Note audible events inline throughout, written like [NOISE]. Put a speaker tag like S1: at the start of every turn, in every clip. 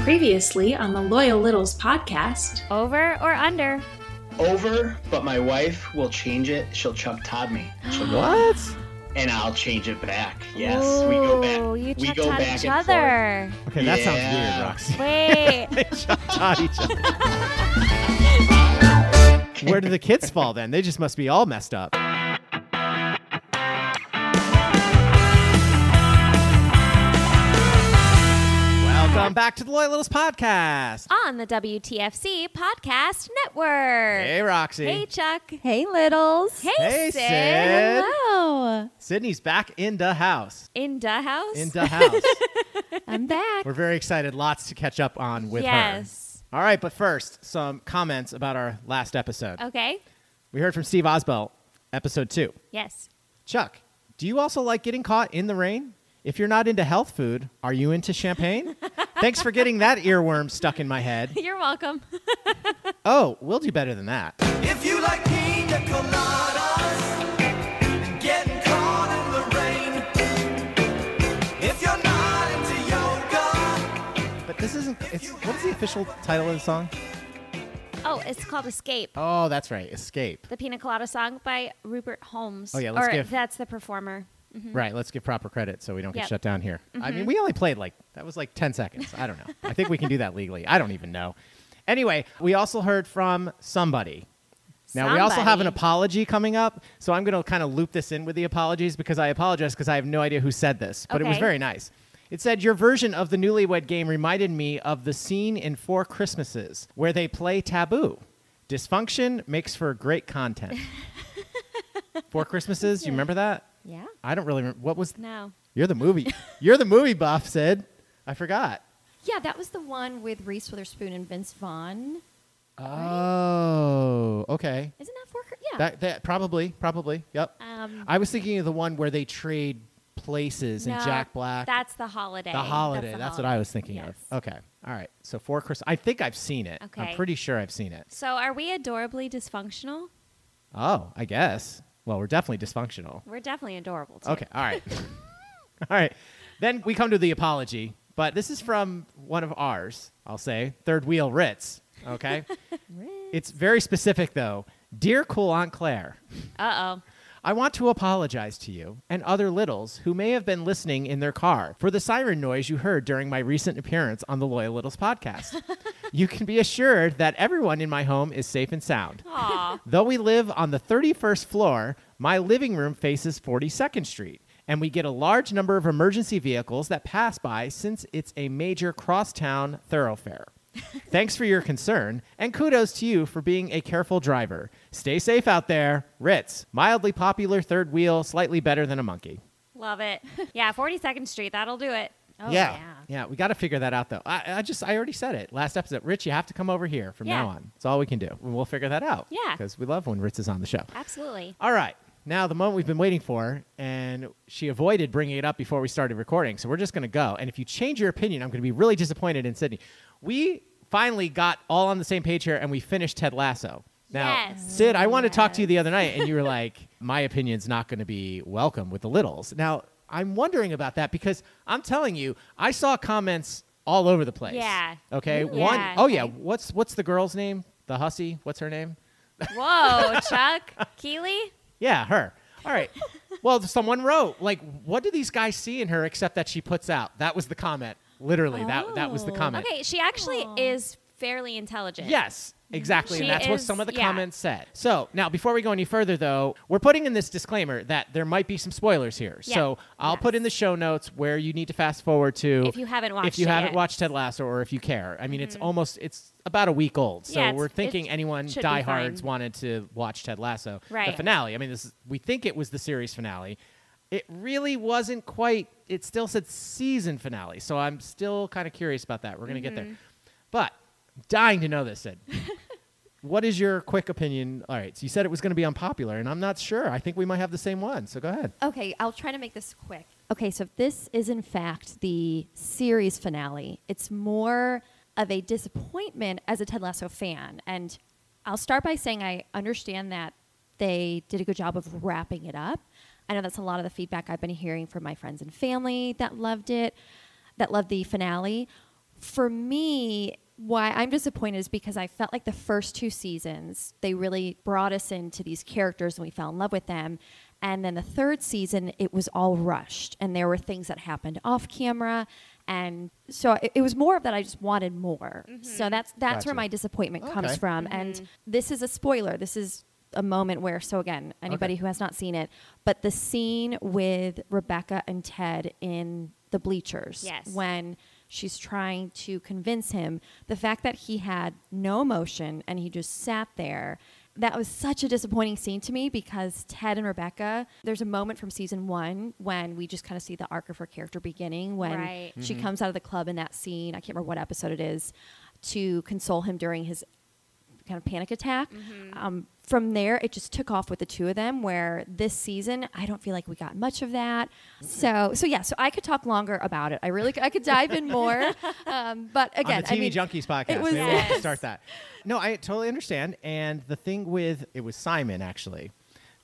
S1: Previously on the Loyal Littles podcast,
S2: Over or under?
S3: over, but my wife will change it. She'll Chuck Todd me. She'll go,
S4: What?
S3: and I'll change it back. Yes, we go
S2: Ooh, Oh, You
S3: back. We
S2: checked
S3: go
S2: out
S3: back
S2: each
S3: and
S2: other.
S4: Okay, that
S3: Yeah.
S4: sounds weird, Roxy. [LAUGHS] They
S2: Wait. [LAUGHS]
S4: shot at each other. Where do the kids fall then? They just must be all messed up. Welcome back to the Loyal Littles podcast.
S2: On the WTFC Podcast Network.
S4: Hey, Roxy.
S2: Hey, Chuck.
S5: Hey, littles.
S2: Hey,
S4: Hey,
S2: Sid.
S4: Sid.
S5: Hello.
S4: Sydney's back in the house.
S2: In the house.
S4: In the house.
S5: I'm back.
S4: We're very excited. Lots to catch up on with
S2: Yes.
S4: her. All right, but first, some comments about our last episode.
S2: Okay.
S4: We heard from Steve Osbell, episode two.
S2: Yes. [LAUGHS]
S4: Chuck, do you also like getting caught in the rain? If you're not into health food, are you into champagne? Thanks for getting that earworm stuck in my head.
S2: You're welcome.
S4: Oh, we'll do better than that.
S6: If you like pina coladas and getting caught in the rain, if you're not into yoga,
S4: But this isn't. It's, what is the official title of the song?
S2: Oh, it's called Escape.
S4: Oh, that's right, Escape.
S2: The Pina Colada song by Rupert Holmes.
S4: Oh, yeah, let's
S2: or
S4: give-
S2: that's the performer.
S4: Right. Let's give proper credit so we don't
S2: Yep.
S4: get shut down here. I mean, we only played like that was like ten seconds. I don't know. I think we can do that legally. I don't even know. Anyway, we also heard from somebody. Now we also have an
S2: Somebody.
S4: apology coming up, so I'm going to kind of loop this in with the apologies because I apologize because I have no idea who said this, but it was
S2: Okay.
S4: very nice. It said your version of the Newlywed Game reminded me of the scene in Four Christmases where they play Taboo. Dysfunction makes for great
S2: [LAUGHS]
S4: content. Four Christmases, you remember that?
S2: Yeah.
S4: I don't really remember what was.
S2: No.
S4: You're the movie. You're the movie buff, Sid. I forgot.
S5: Yeah, that was the one with Reese Witherspoon and Vince Vaughn.
S4: Oh, okay.
S5: Isn't that for her? Yeah.
S4: That that probably probably yep.
S2: Um,
S4: I was thinking of the one where they trade places and
S2: no,
S4: Jack Black.
S2: That's the holiday.
S4: the holiday. That's, what I was thinking
S2: Yes.
S4: of. Okay. All right. So four Christmas. I think I've seen it.
S2: Okay.
S4: I'm pretty sure I've seen it.
S2: So are we adorably dysfunctional?
S4: Oh, I guess. Well, we're definitely dysfunctional.
S2: We're definitely adorable. Too.
S4: Okay. All right. [LAUGHS]
S2: [LAUGHS]
S4: all right. Then we come to the apology, but this is from one of ours. I'll say third wheel Ritz.
S2: [LAUGHS]
S4: Okay. it's very specific though. Dear cool Aunt Claire.
S2: Uh oh.
S4: I want to apologize to you and other littles who may have been listening in their car for the siren noise you heard during my recent appearance on the Loyal Littles podcast. you can be assured that everyone in my home is safe and sound.
S2: Aw.
S4: Though we live on the 31st floor, my living room faces 42nd Street, and we get a large number of emergency vehicles that pass by since it's a major crosstown thoroughfare. Thanks for your concern, and kudos to you for being a careful driver. Stay safe out there. Ritz, mildly popular third wheel, slightly better than a monkey.
S2: Love it. [LAUGHS] Yeah, 42nd Street. That'll do it.
S5: oh,
S4: yeah. we got to figure that out, though. I, I just, I already said it last episode. Rich, you have to come over here from
S2: Yeah.
S4: now on. It's all we can do. We'll figure that out.
S2: Yeah.
S4: Because we love when Ritz is on the show.
S2: Absolutely.
S4: All right. Now, the moment we've been waiting for, and she avoided bringing it up before we started recording. So we're just going to go. And if you change your opinion, I'm going to be really disappointed in Sydney. We finally got all on the same page here, and we finished Ted Lasso. Now,
S2: Yes.
S4: Sid, I wanted to talk to you the other night, and you were like, [LAUGHS] my opinion's not going to be welcome with the littles. Now, I'm wondering about that because I'm telling you, I saw comments all over the place.
S2: Yeah.
S4: Okay.
S2: Really?
S4: One,
S2: Yeah.
S4: oh, yeah. What's, what's the girl's name? The hussy? What's her name?
S2: Whoa, Chuck. [LAUGHS] Keely?
S4: Yeah, her. All right. well, someone wrote, like, what do these guys see in her except that she puts out? That was the comment. Literally, that that was the
S5: Oh.
S4: comment.
S2: Okay, she actually
S5: Aw.
S2: is fairly intelligent.
S4: Yes, exactly.
S2: She
S4: and that's what
S2: is-
S4: some of the
S2: yeah.
S4: comments said. So now, before we go any further, though, we're putting in this disclaimer that there might be some spoilers here.
S2: Yeah.
S4: So I'll put
S2: Yes.
S4: in the show notes where you need to fast forward to
S2: If you haven't
S4: if
S2: watched
S4: you
S2: it
S4: haven't
S2: yet. Mm-hmm.
S4: watched Ted Lasso or if you care. I mean, it's almost it's about a week old. So
S2: Yeah, it's-
S4: we're thinking
S2: it
S4: anyone
S2: should be fine.
S4: diehards wanted to watch Ted Lasso,
S2: Right.
S4: the finale. I mean, this is, we think it was the series finale. It really wasn't quite. It still said season finale. So I'm still kind of curious about that. We're gonna get there, but I'm dying to know this, Sid. What is your quick opinion? All right, so you said it was going to be unpopular, and I'm not sure. I think we might have the same one. So go ahead.
S5: Okay, I'll try to make this quick. Okay, so if this is in fact the series finale, it's more of a disappointment as a Ted Lasso fan. And I'll start by saying I understand that they did a good job of wrapping it up. I know that's a lot of the feedback I've been hearing from my friends and family that loved it, that loved the finale. for me, why I'm disappointed is because I felt like the first two seasons, they really brought us into these characters and we fell in love with them. And then the third season, it was all rushed and there were things that happened off camera. And so it, it was more of that I just wanted more. So that's that's
S4: Gotcha.
S5: where my disappointment comes
S4: Mm-hmm. Okay. Mm-hmm.
S5: from. And this is a spoiler. This is a moment where so again, anybody
S4: Okay.
S5: who has not seen it, but the scene with Rebecca and Ted in the bleachers
S2: Yes.
S5: when she's trying to convince him the fact that he had no emotion and he just sat there that was such a disappointing scene to me because ted and rebecca there's a moment from season one when we just kind of see the arc of her character beginning when
S2: Right.
S5: she comes out of the club in that scene i can't remember what episode it is to console him during his kind of panic attack.
S2: Mm-hmm.
S5: Um, from there, it just took off with the two of them. Where this season, I don't feel like we got much of that. So, so yeah, so I could talk longer about it. I really, c- I could dive
S2: [LAUGHS]
S5: in more. Um, but again,
S4: on the TV
S5: I mean,
S4: Junkies podcast.
S5: it was-
S4: Maybe we'll have to
S2: Yes.
S4: start that. No, I totally understand. And the thing with it was Simon actually,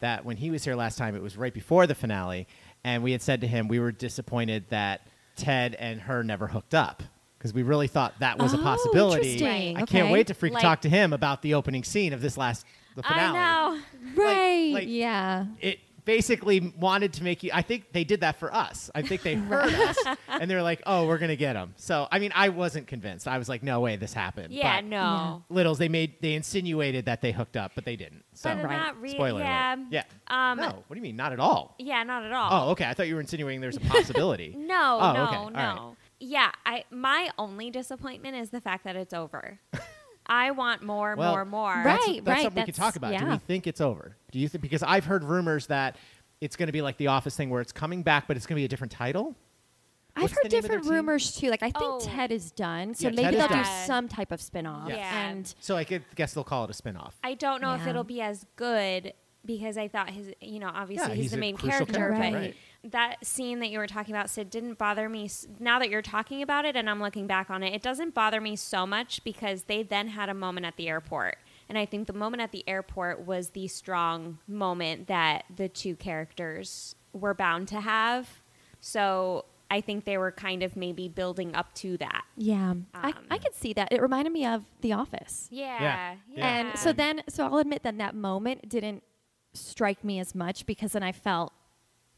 S4: that when he was here last time, it was right before the finale, and we had said to him we were disappointed that Ted and her never hooked up because we really thought that was a
S5: Oh,
S4: possibility.
S5: interesting.
S4: I can't
S5: Okay.
S4: wait to freak
S2: Like-
S4: talk to him about the opening scene of this last the finale.
S2: I know.
S5: right?
S4: like-
S5: yeah.
S4: It basically wanted to make you. I think they did that for us. I
S2: [LAUGHS]
S4: think they heard us, and they're like, "Oh, we're gonna get him." So, I mean, I wasn't convinced. I was like, "No way, this happened."
S2: Yeah,
S4: But-
S2: no.
S4: littles they made they insinuated that they hooked up but they didn't so
S2: But
S5: Right.
S2: not really.
S4: spoiler
S2: Yeah.
S4: alert. yeah
S2: Um,
S4: no what do you mean not at all
S2: Yeah, not at all.
S4: oh okay i thought you were insinuating there's a possibility
S2: [LAUGHS] No,
S4: Oh,
S2: no,
S4: okay. All
S2: no.
S4: right.
S2: Yeah, I my only disappointment is the fact that it's
S4: [LAUGHS]
S2: over. I want more,
S4: well
S2: more, more.
S4: that's,
S5: Right,
S4: that's
S5: right,
S4: something we could
S5: that's-
S4: talk about do we
S5: yeah.
S4: think it's over do you think because i've heard rumors that it's going to be like the office thing where it's coming back but it's going to be a different title
S5: I've
S4: What's
S5: heard
S4: the name of their
S5: different
S4: team?
S5: rumors too. Like I think
S2: Oh.
S5: Ted is done, so
S4: Yeah, Ted
S5: maybe they'll
S4: is
S5: do
S2: done.
S5: some type of spin-off.
S2: Yeah.
S5: And
S4: so i could- guess they'll call it a spin-off
S2: I don't know if
S5: Yeah.
S2: it'll be as good because I thought his, you know, obviously
S4: Yeah,
S2: he's,
S4: he's
S2: the
S4: a
S2: main
S4: crucial
S2: character,
S5: character,
S2: but
S5: right.
S2: that scene that you were talking about, Sid, didn't bother me. s- Now that you're talking about it and I'm looking back on it, it doesn't bother me so much because they then had a moment at the airport. And I think the moment at the airport was the strong moment that the two characters were bound to have. So I think they were kind of maybe building up to that.
S5: yeah, I,
S2: Um,
S5: I could see that. It reminded me of The Office.
S2: Yeah.
S4: Yeah.
S5: And so then, so I'll admit then that moment didn't strike me as much because then I felt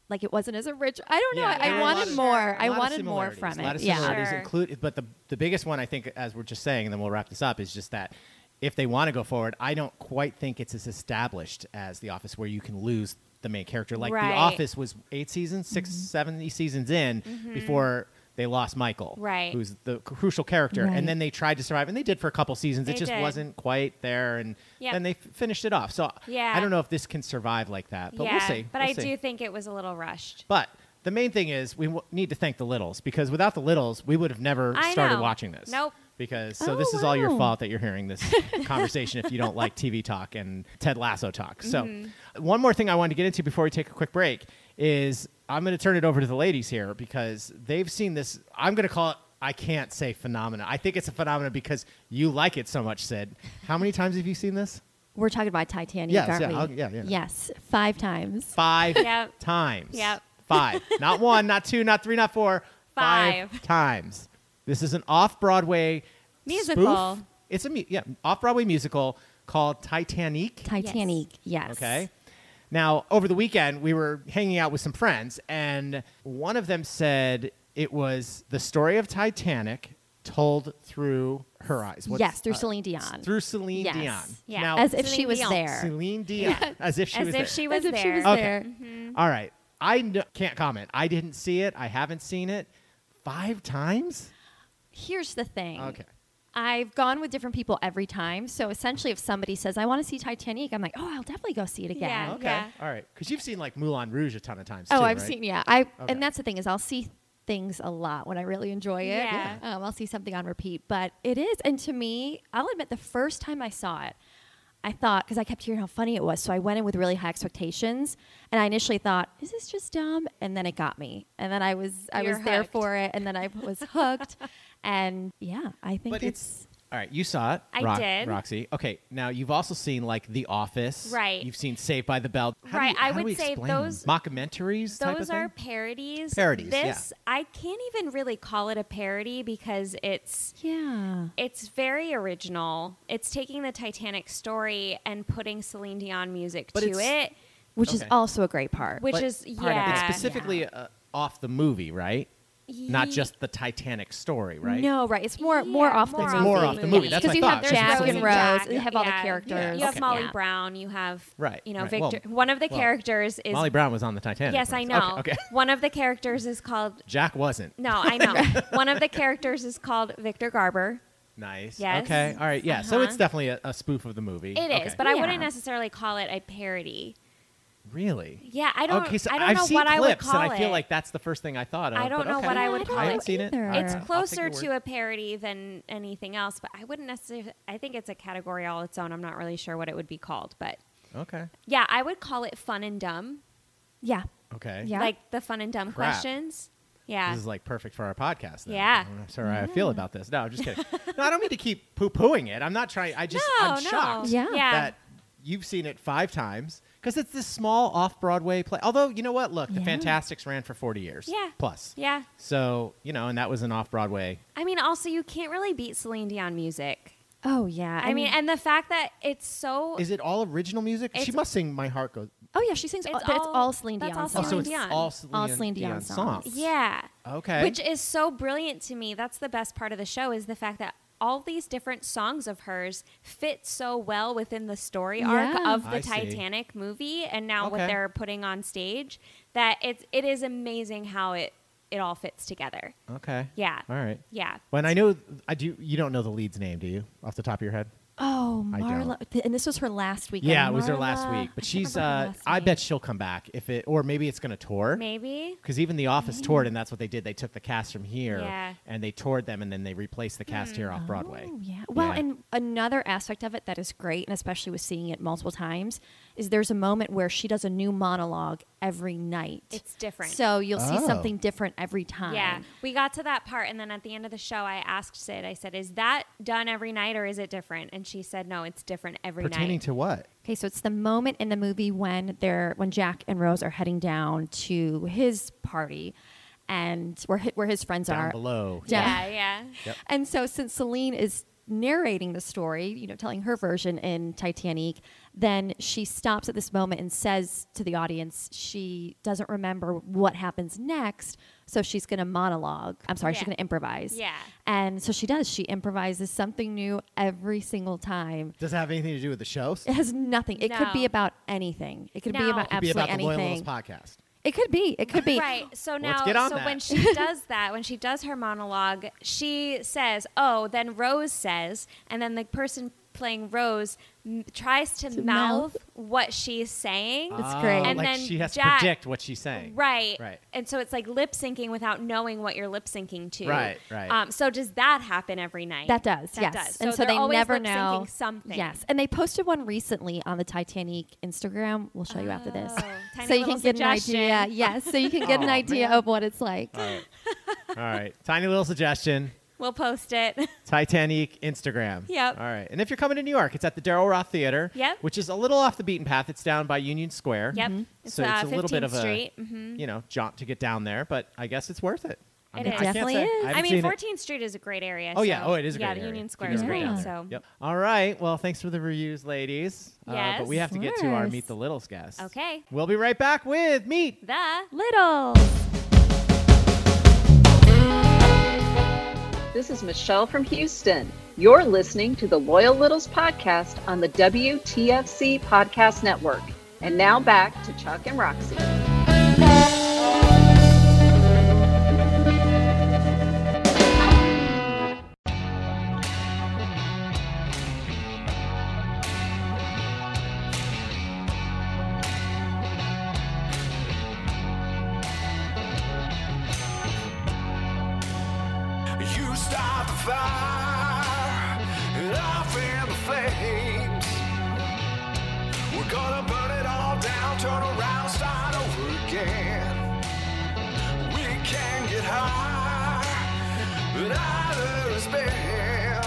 S5: like it wasn't as rich. I don't know.
S4: Yeah,
S5: I, I
S4: there were a lot
S5: wanted
S4: of-
S5: more. I
S4: A lot of
S5: wanted more
S4: similarities,
S5: from
S4: A lot of
S5: it. Yeah.
S4: similarities,
S2: Sure.
S4: include, but the the biggest one I think, as we're just saying, and then we'll wrap this up, is just that if they want to go forward, I don't quite think it's as established as The Office, where you can lose the main character. Like
S2: Right.
S4: The Office was eight seasons, six,
S5: Mm-hmm.
S4: seven seasons in before they lost Michael,
S2: Right.
S4: Who's the crucial character,
S5: Right.
S4: and then they tried to survive, and they did for a couple seasons.
S2: They
S4: it just
S2: did.
S4: wasn't quite there, and
S2: Yep.
S4: then they f- finished it off. So
S2: Yeah.
S4: I don't know if this can survive like that, but we'll see.
S2: But
S4: We'll
S2: I
S4: see.
S2: do think it was a little rushed.
S4: But the main thing is we w- need to thank the Littles because without the Littles, we would have never
S2: I
S4: started
S2: know.
S4: watching this.
S2: Nope.
S4: Because so
S5: Oh,
S4: this is all your
S5: wow.
S4: fault that you're hearing
S2: [LAUGHS]
S4: this conversation if you don't like TV talk and Ted Lasso talk. So
S2: Mm-hmm.
S4: one more thing I wanted to get into before we take a quick break is I'm going to turn it over to the ladies here because they've seen this. I'm going to call it. I can't say phenomena. I think it's a phenomena because you like it so much, Sid. How many times have you seen this?
S5: We're talking about Titanic,
S4: Yes,
S5: aren't
S4: yeah,
S5: we?
S4: I'll- yeah, yeah.
S5: Yes. Five times.
S4: five
S2: Yep.
S4: times.
S2: Yep.
S4: Five. Not one, not two, not three, not four.
S2: Five.
S4: times. This is an off Broadway
S2: Musical.
S4: Spoof. It's a mu- yeah, off Broadway musical called Titanic.
S5: Titanic. Yes.
S4: Okay. Now, over the weekend, we were hanging out with some friends, and one of them said it was the story of Titanic told through her eyes. What's-
S5: yes, through
S4: uh,
S5: Celine Dion.
S4: Through Celine
S5: Yes.
S4: Dion.
S2: Yeah.
S4: Now,
S5: as if she
S2: Celine
S5: was
S2: Dion.
S5: there.
S4: Celine Dion. As if she
S2: As
S4: was
S2: if
S4: there.
S2: she was
S5: as if she
S2: there.
S5: was
S4: Okay.
S5: there.
S2: Mm-hmm.
S4: All right. I kn- can't comment. I didn't see it. I haven't seen it five
S2: Uh,
S4: times.
S5: Here's the thing.
S4: Okay.
S5: I've gone with different people every time. So essentially, if somebody says, I want to see Titanic, I'm like, oh, I'll definitely go see it again.
S2: Yeah.
S4: Okay. All right. Because you've seen like Moulin Rouge a ton of times.
S5: Oh,
S4: too,
S5: I've
S4: right?
S5: seen. Yeah, I
S4: Okay.
S5: and that's the thing is I'll see things a lot when I really enjoy it.
S2: Yeah.
S5: Um, I'll see something on repeat, but it is. And to me, I'll admit the first time I saw it, I thought because I kept hearing how funny it was, so I went in with really high expectations, and I initially thought, "Is this just dumb?" And then it got me, and then I was I
S2: You were
S5: was there
S2: [LAUGHS] hooked.
S5: for it, and then I was hooked, and yeah, I think
S4: But
S5: it's.
S4: it's. All right, you saw it.
S2: I
S4: Rox-
S2: did.
S4: Roxy. Okay, now you've also seen like The Office.
S2: Right.
S4: You've seen Saved by the Bell. How do
S2: Right,
S4: you- how
S2: I
S4: do
S2: would
S4: we
S2: say
S4: explain
S2: those-
S4: mockumentaries. type
S2: Those
S4: of
S2: are
S4: thing?
S2: parodies.
S4: Parodies, yeah.
S2: This I can't even really call it a parody because it's
S5: Yeah.
S2: it's very original. It's taking the Titanic story and putting Celine Dion music
S4: But
S2: to
S4: it's-
S2: it,
S5: Which is
S4: Okay.
S5: also a great part.
S2: which
S4: But-
S2: is
S5: Part of it.
S2: yeah.
S4: It's specifically uh, off the movie, right? Not
S2: Ye-
S4: just the Titanic story, right?
S5: No, right. It's more more
S2: Yeah,
S5: off the
S2: more
S5: movie.
S2: off It's more the off the movie. movie.
S4: That's
S5: because
S4: what
S5: you
S4: I
S5: have
S4: thought.
S2: There's
S5: Jack
S4: Rose
S5: and
S4: and
S5: Rose.
S2: Jack.
S5: You have all the
S2: Yeah.
S5: characters.
S2: You have
S4: Okay.
S2: Molly
S5: Yeah.
S2: Brown. You have
S4: Right,
S2: You know
S4: right. Well,
S2: Victor. one of the
S4: well,
S2: characters is
S4: Molly Brown was on the Titanic.
S2: Yes, I
S4: right?
S2: know.
S4: Okay. [LAUGHS] okay.
S2: One of the characters is called.
S4: Jack wasn't.
S2: No, I
S4: [LAUGHS]
S2: know. One of the characters is called Victor Garber.
S4: Nice.
S2: Yes.
S4: Okay. All right. Yeah. So
S2: Uh-huh.
S4: it's definitely a, a spoof of the movie.
S2: It is,
S4: Okay.
S2: but I
S5: Yeah.
S2: wouldn't necessarily call it a parody.
S4: really.
S2: Yeah, I don't.
S4: okay. So
S2: I don't
S4: have
S2: know
S4: seen
S2: what I would
S4: clips,
S2: call
S4: and I feel
S2: it.
S4: like that's the first thing I thought of.
S2: I don't
S4: but
S2: know
S4: okay.
S2: what I would
S5: I
S2: call
S5: don't
S4: I
S5: know
S4: haven't
S2: it.
S4: seen it.
S5: either.
S4: All
S5: It's
S4: right, I'll
S2: It's
S4: take
S2: closer
S4: your word.
S2: to a parody than anything else, but I wouldn't necessarily. I think it's a category all its own. I'm not really sure what it would be called, but
S4: Okay.
S2: yeah, I would call it fun and dumb,
S5: Yeah.
S4: Okay.
S5: Yeah.
S2: like the fun and dumb
S4: Crap.
S2: questions. Yeah,
S4: This is like perfect for our podcast. Then.
S2: Yeah. Mm-hmm.
S4: I'm sorry how I feel about this. No, I'm just kidding. no, I don't mean to keep poo pooing it. I'm not trying. I just,
S2: no,
S4: I'm shocked
S2: no,
S5: Yeah.
S2: yeah.
S4: that you've seen it five times because it's this small off Broadway play. Although, you know what? Look, the
S5: Yeah.
S4: Fantastics ran for 40 years.
S2: Yeah.
S4: Plus.
S2: yeah.
S4: So, you know, and that was an off Broadway.
S2: I mean, also you can't really beat Celine Dion music.
S5: Oh yeah.
S2: I mean, and the fact that it's so
S4: Is it all original music? she
S2: It's-
S4: must sing My Heart Goes.
S5: oh yeah, she sings.
S2: It's
S5: all, but it's
S2: all-
S5: all Celine Dion.
S2: that's all
S4: Oh,
S5: songs.
S4: so
S2: Celine
S4: it's
S2: Dion.
S4: all Celine,
S5: All Celine Dion
S4: Dion
S5: songs.
S4: songs.
S2: yeah,
S4: Okay.
S2: which is so brilliant to me. That's the best part of the show is the fact that all these different songs of hers fit so well within the story arc
S5: Yeah.
S2: of the
S4: I see.
S2: Titanic movie and now what
S4: Okay.
S2: they're putting on stage that it's it is amazing how it it all fits together.
S4: Okay.
S2: Yeah.
S4: All right.
S2: Yeah.
S4: When I know, I do. You don't know the lead's name, do you? Off the top of your head?
S5: oh
S4: I don't.
S5: Marla, th- and this was her last weekend.
S4: yeah, it was her last
S5: Marla-
S4: week. But
S5: I can't
S4: she's.
S5: remember her
S4: Uh,
S5: last
S4: I
S5: name.
S4: bet she'll come back if it, or maybe it's going to tour.
S2: Maybe.
S4: Because even The Office toured, and that's what they did. They took the cast from here,
S2: Yeah.
S4: and they toured them, and then they replaced the cast here off Broadway.
S5: Oh, yeah. Well,
S4: Yeah.
S5: and another aspect of it that is great, and especially with seeing it multiple times, is there's a moment where she does a new monologue every night.
S2: It's different.
S5: So you'll see
S4: Oh.
S5: something different every time.
S2: Yeah, we got to that part, and then at the end of the show, I asked Sid. I said, "Is that done every night, or is it different?" And she said, "No, it's different every
S4: Pertaining
S2: night."
S4: to what?
S5: Okay, so it's the moment in the movie when they're when Jack and Rose are heading down to his party, and where hi- where his friends
S4: Down
S5: are.
S4: below.
S5: Yeah.
S2: yeah, yeah.
S5: And so since Celine is narrating the story, you know, telling her version in Titanic, then she stops at this moment and says to the audience she doesn't remember what happens next, so she's going to monologue. I'm sorry, she's
S2: Yeah.
S5: going to improvise.
S2: Yeah.
S5: And so she does. She improvises something new every single time.
S4: Does it have anything to do with
S5: [LAUGHS]
S4: the show?
S5: It has nothing. It could be
S2: No.
S5: about anything. It could be
S2: No.
S5: about
S2: Could
S4: be
S5: absolutely
S4: about the Loyal
S5: anything.
S4: Littles podcast.
S5: It could be. It could be.
S2: Right. So
S4: let's
S2: now,
S4: get on
S2: so
S4: that. [LAUGHS]
S2: when she does that, when she does her monologue, she says, "Oh," then Rose says, and then the person playing Rose m- tries to,
S5: To mouth.
S2: mouth, what she's saying.
S5: It's great.
S2: And
S4: Oh, like
S2: then
S4: she has to
S2: Jack-
S4: predict what she's saying.
S2: Right.
S4: Right.
S2: And so it's like lip syncing without knowing what you're lip syncing to.
S4: Right, right.
S2: Um, so does that happen every night?
S5: That does,
S2: That
S5: yes.
S2: does.
S5: And so,
S2: they're
S5: they
S2: always
S5: never
S2: lip-syncing
S5: know
S2: something.
S5: Yes, and they posted one recently on the Titanic Instagram. We'll show you after this,
S2: Oh,
S5: [LAUGHS]
S2: tiny
S5: so you
S2: little
S5: can get an idea. [LAUGHS]
S2: suggestion.
S5: Yes, so you can get an
S4: Aw,
S5: idea
S4: Oh, man.
S5: of what it's like.
S4: All right. Tiny little suggestion.
S2: We'll post it. [LAUGHS]
S4: Titanic Instagram.
S2: Yep.
S4: All right. And if you're coming to New York, it's at the Daryl Roth Theater.
S2: Yep.
S4: Which is a little off the beaten path. It's down by Union Square. Mm-hmm.
S2: Yep.
S5: Mm-hmm.
S2: Mhm. It's,
S4: So it's,
S2: uh,
S4: a little bit of
S2: 15th
S4: a
S2: Street. Mm-hmm.
S4: you know jaunt to get down there, but I guess it's worth it. I
S2: It
S4: mean,
S2: is.
S4: I can't
S5: Definitely
S4: say-
S5: is.
S4: I,
S2: I,
S4: haven't
S2: mean,
S4: seen it.
S2: 14th Street is a great area.
S4: Oh yeah.
S2: so-
S4: Oh, it is a
S2: yeah,
S4: great
S2: the
S4: area.
S2: Union
S4: You
S2: Square
S4: can
S2: is
S4: go
S2: great.
S4: down there.
S2: So
S4: Yep. All right. Well, thanks for the reviews, ladies. Uh, but we
S2: Yes.
S4: have to get to our
S5: Yes.
S4: meet the littles guest.
S2: Okay.
S4: We'll be right back with meet
S2: the
S5: Little.
S7: This is Michelle from Houston. You're listening to the Loyal Littles podcast on the WTFC Podcast Network. And now back to Chuck and Roxy.
S6: You start the fire, I fan the flames. We're gonna burn it all down, turn around, start over again. We can get high, but others been.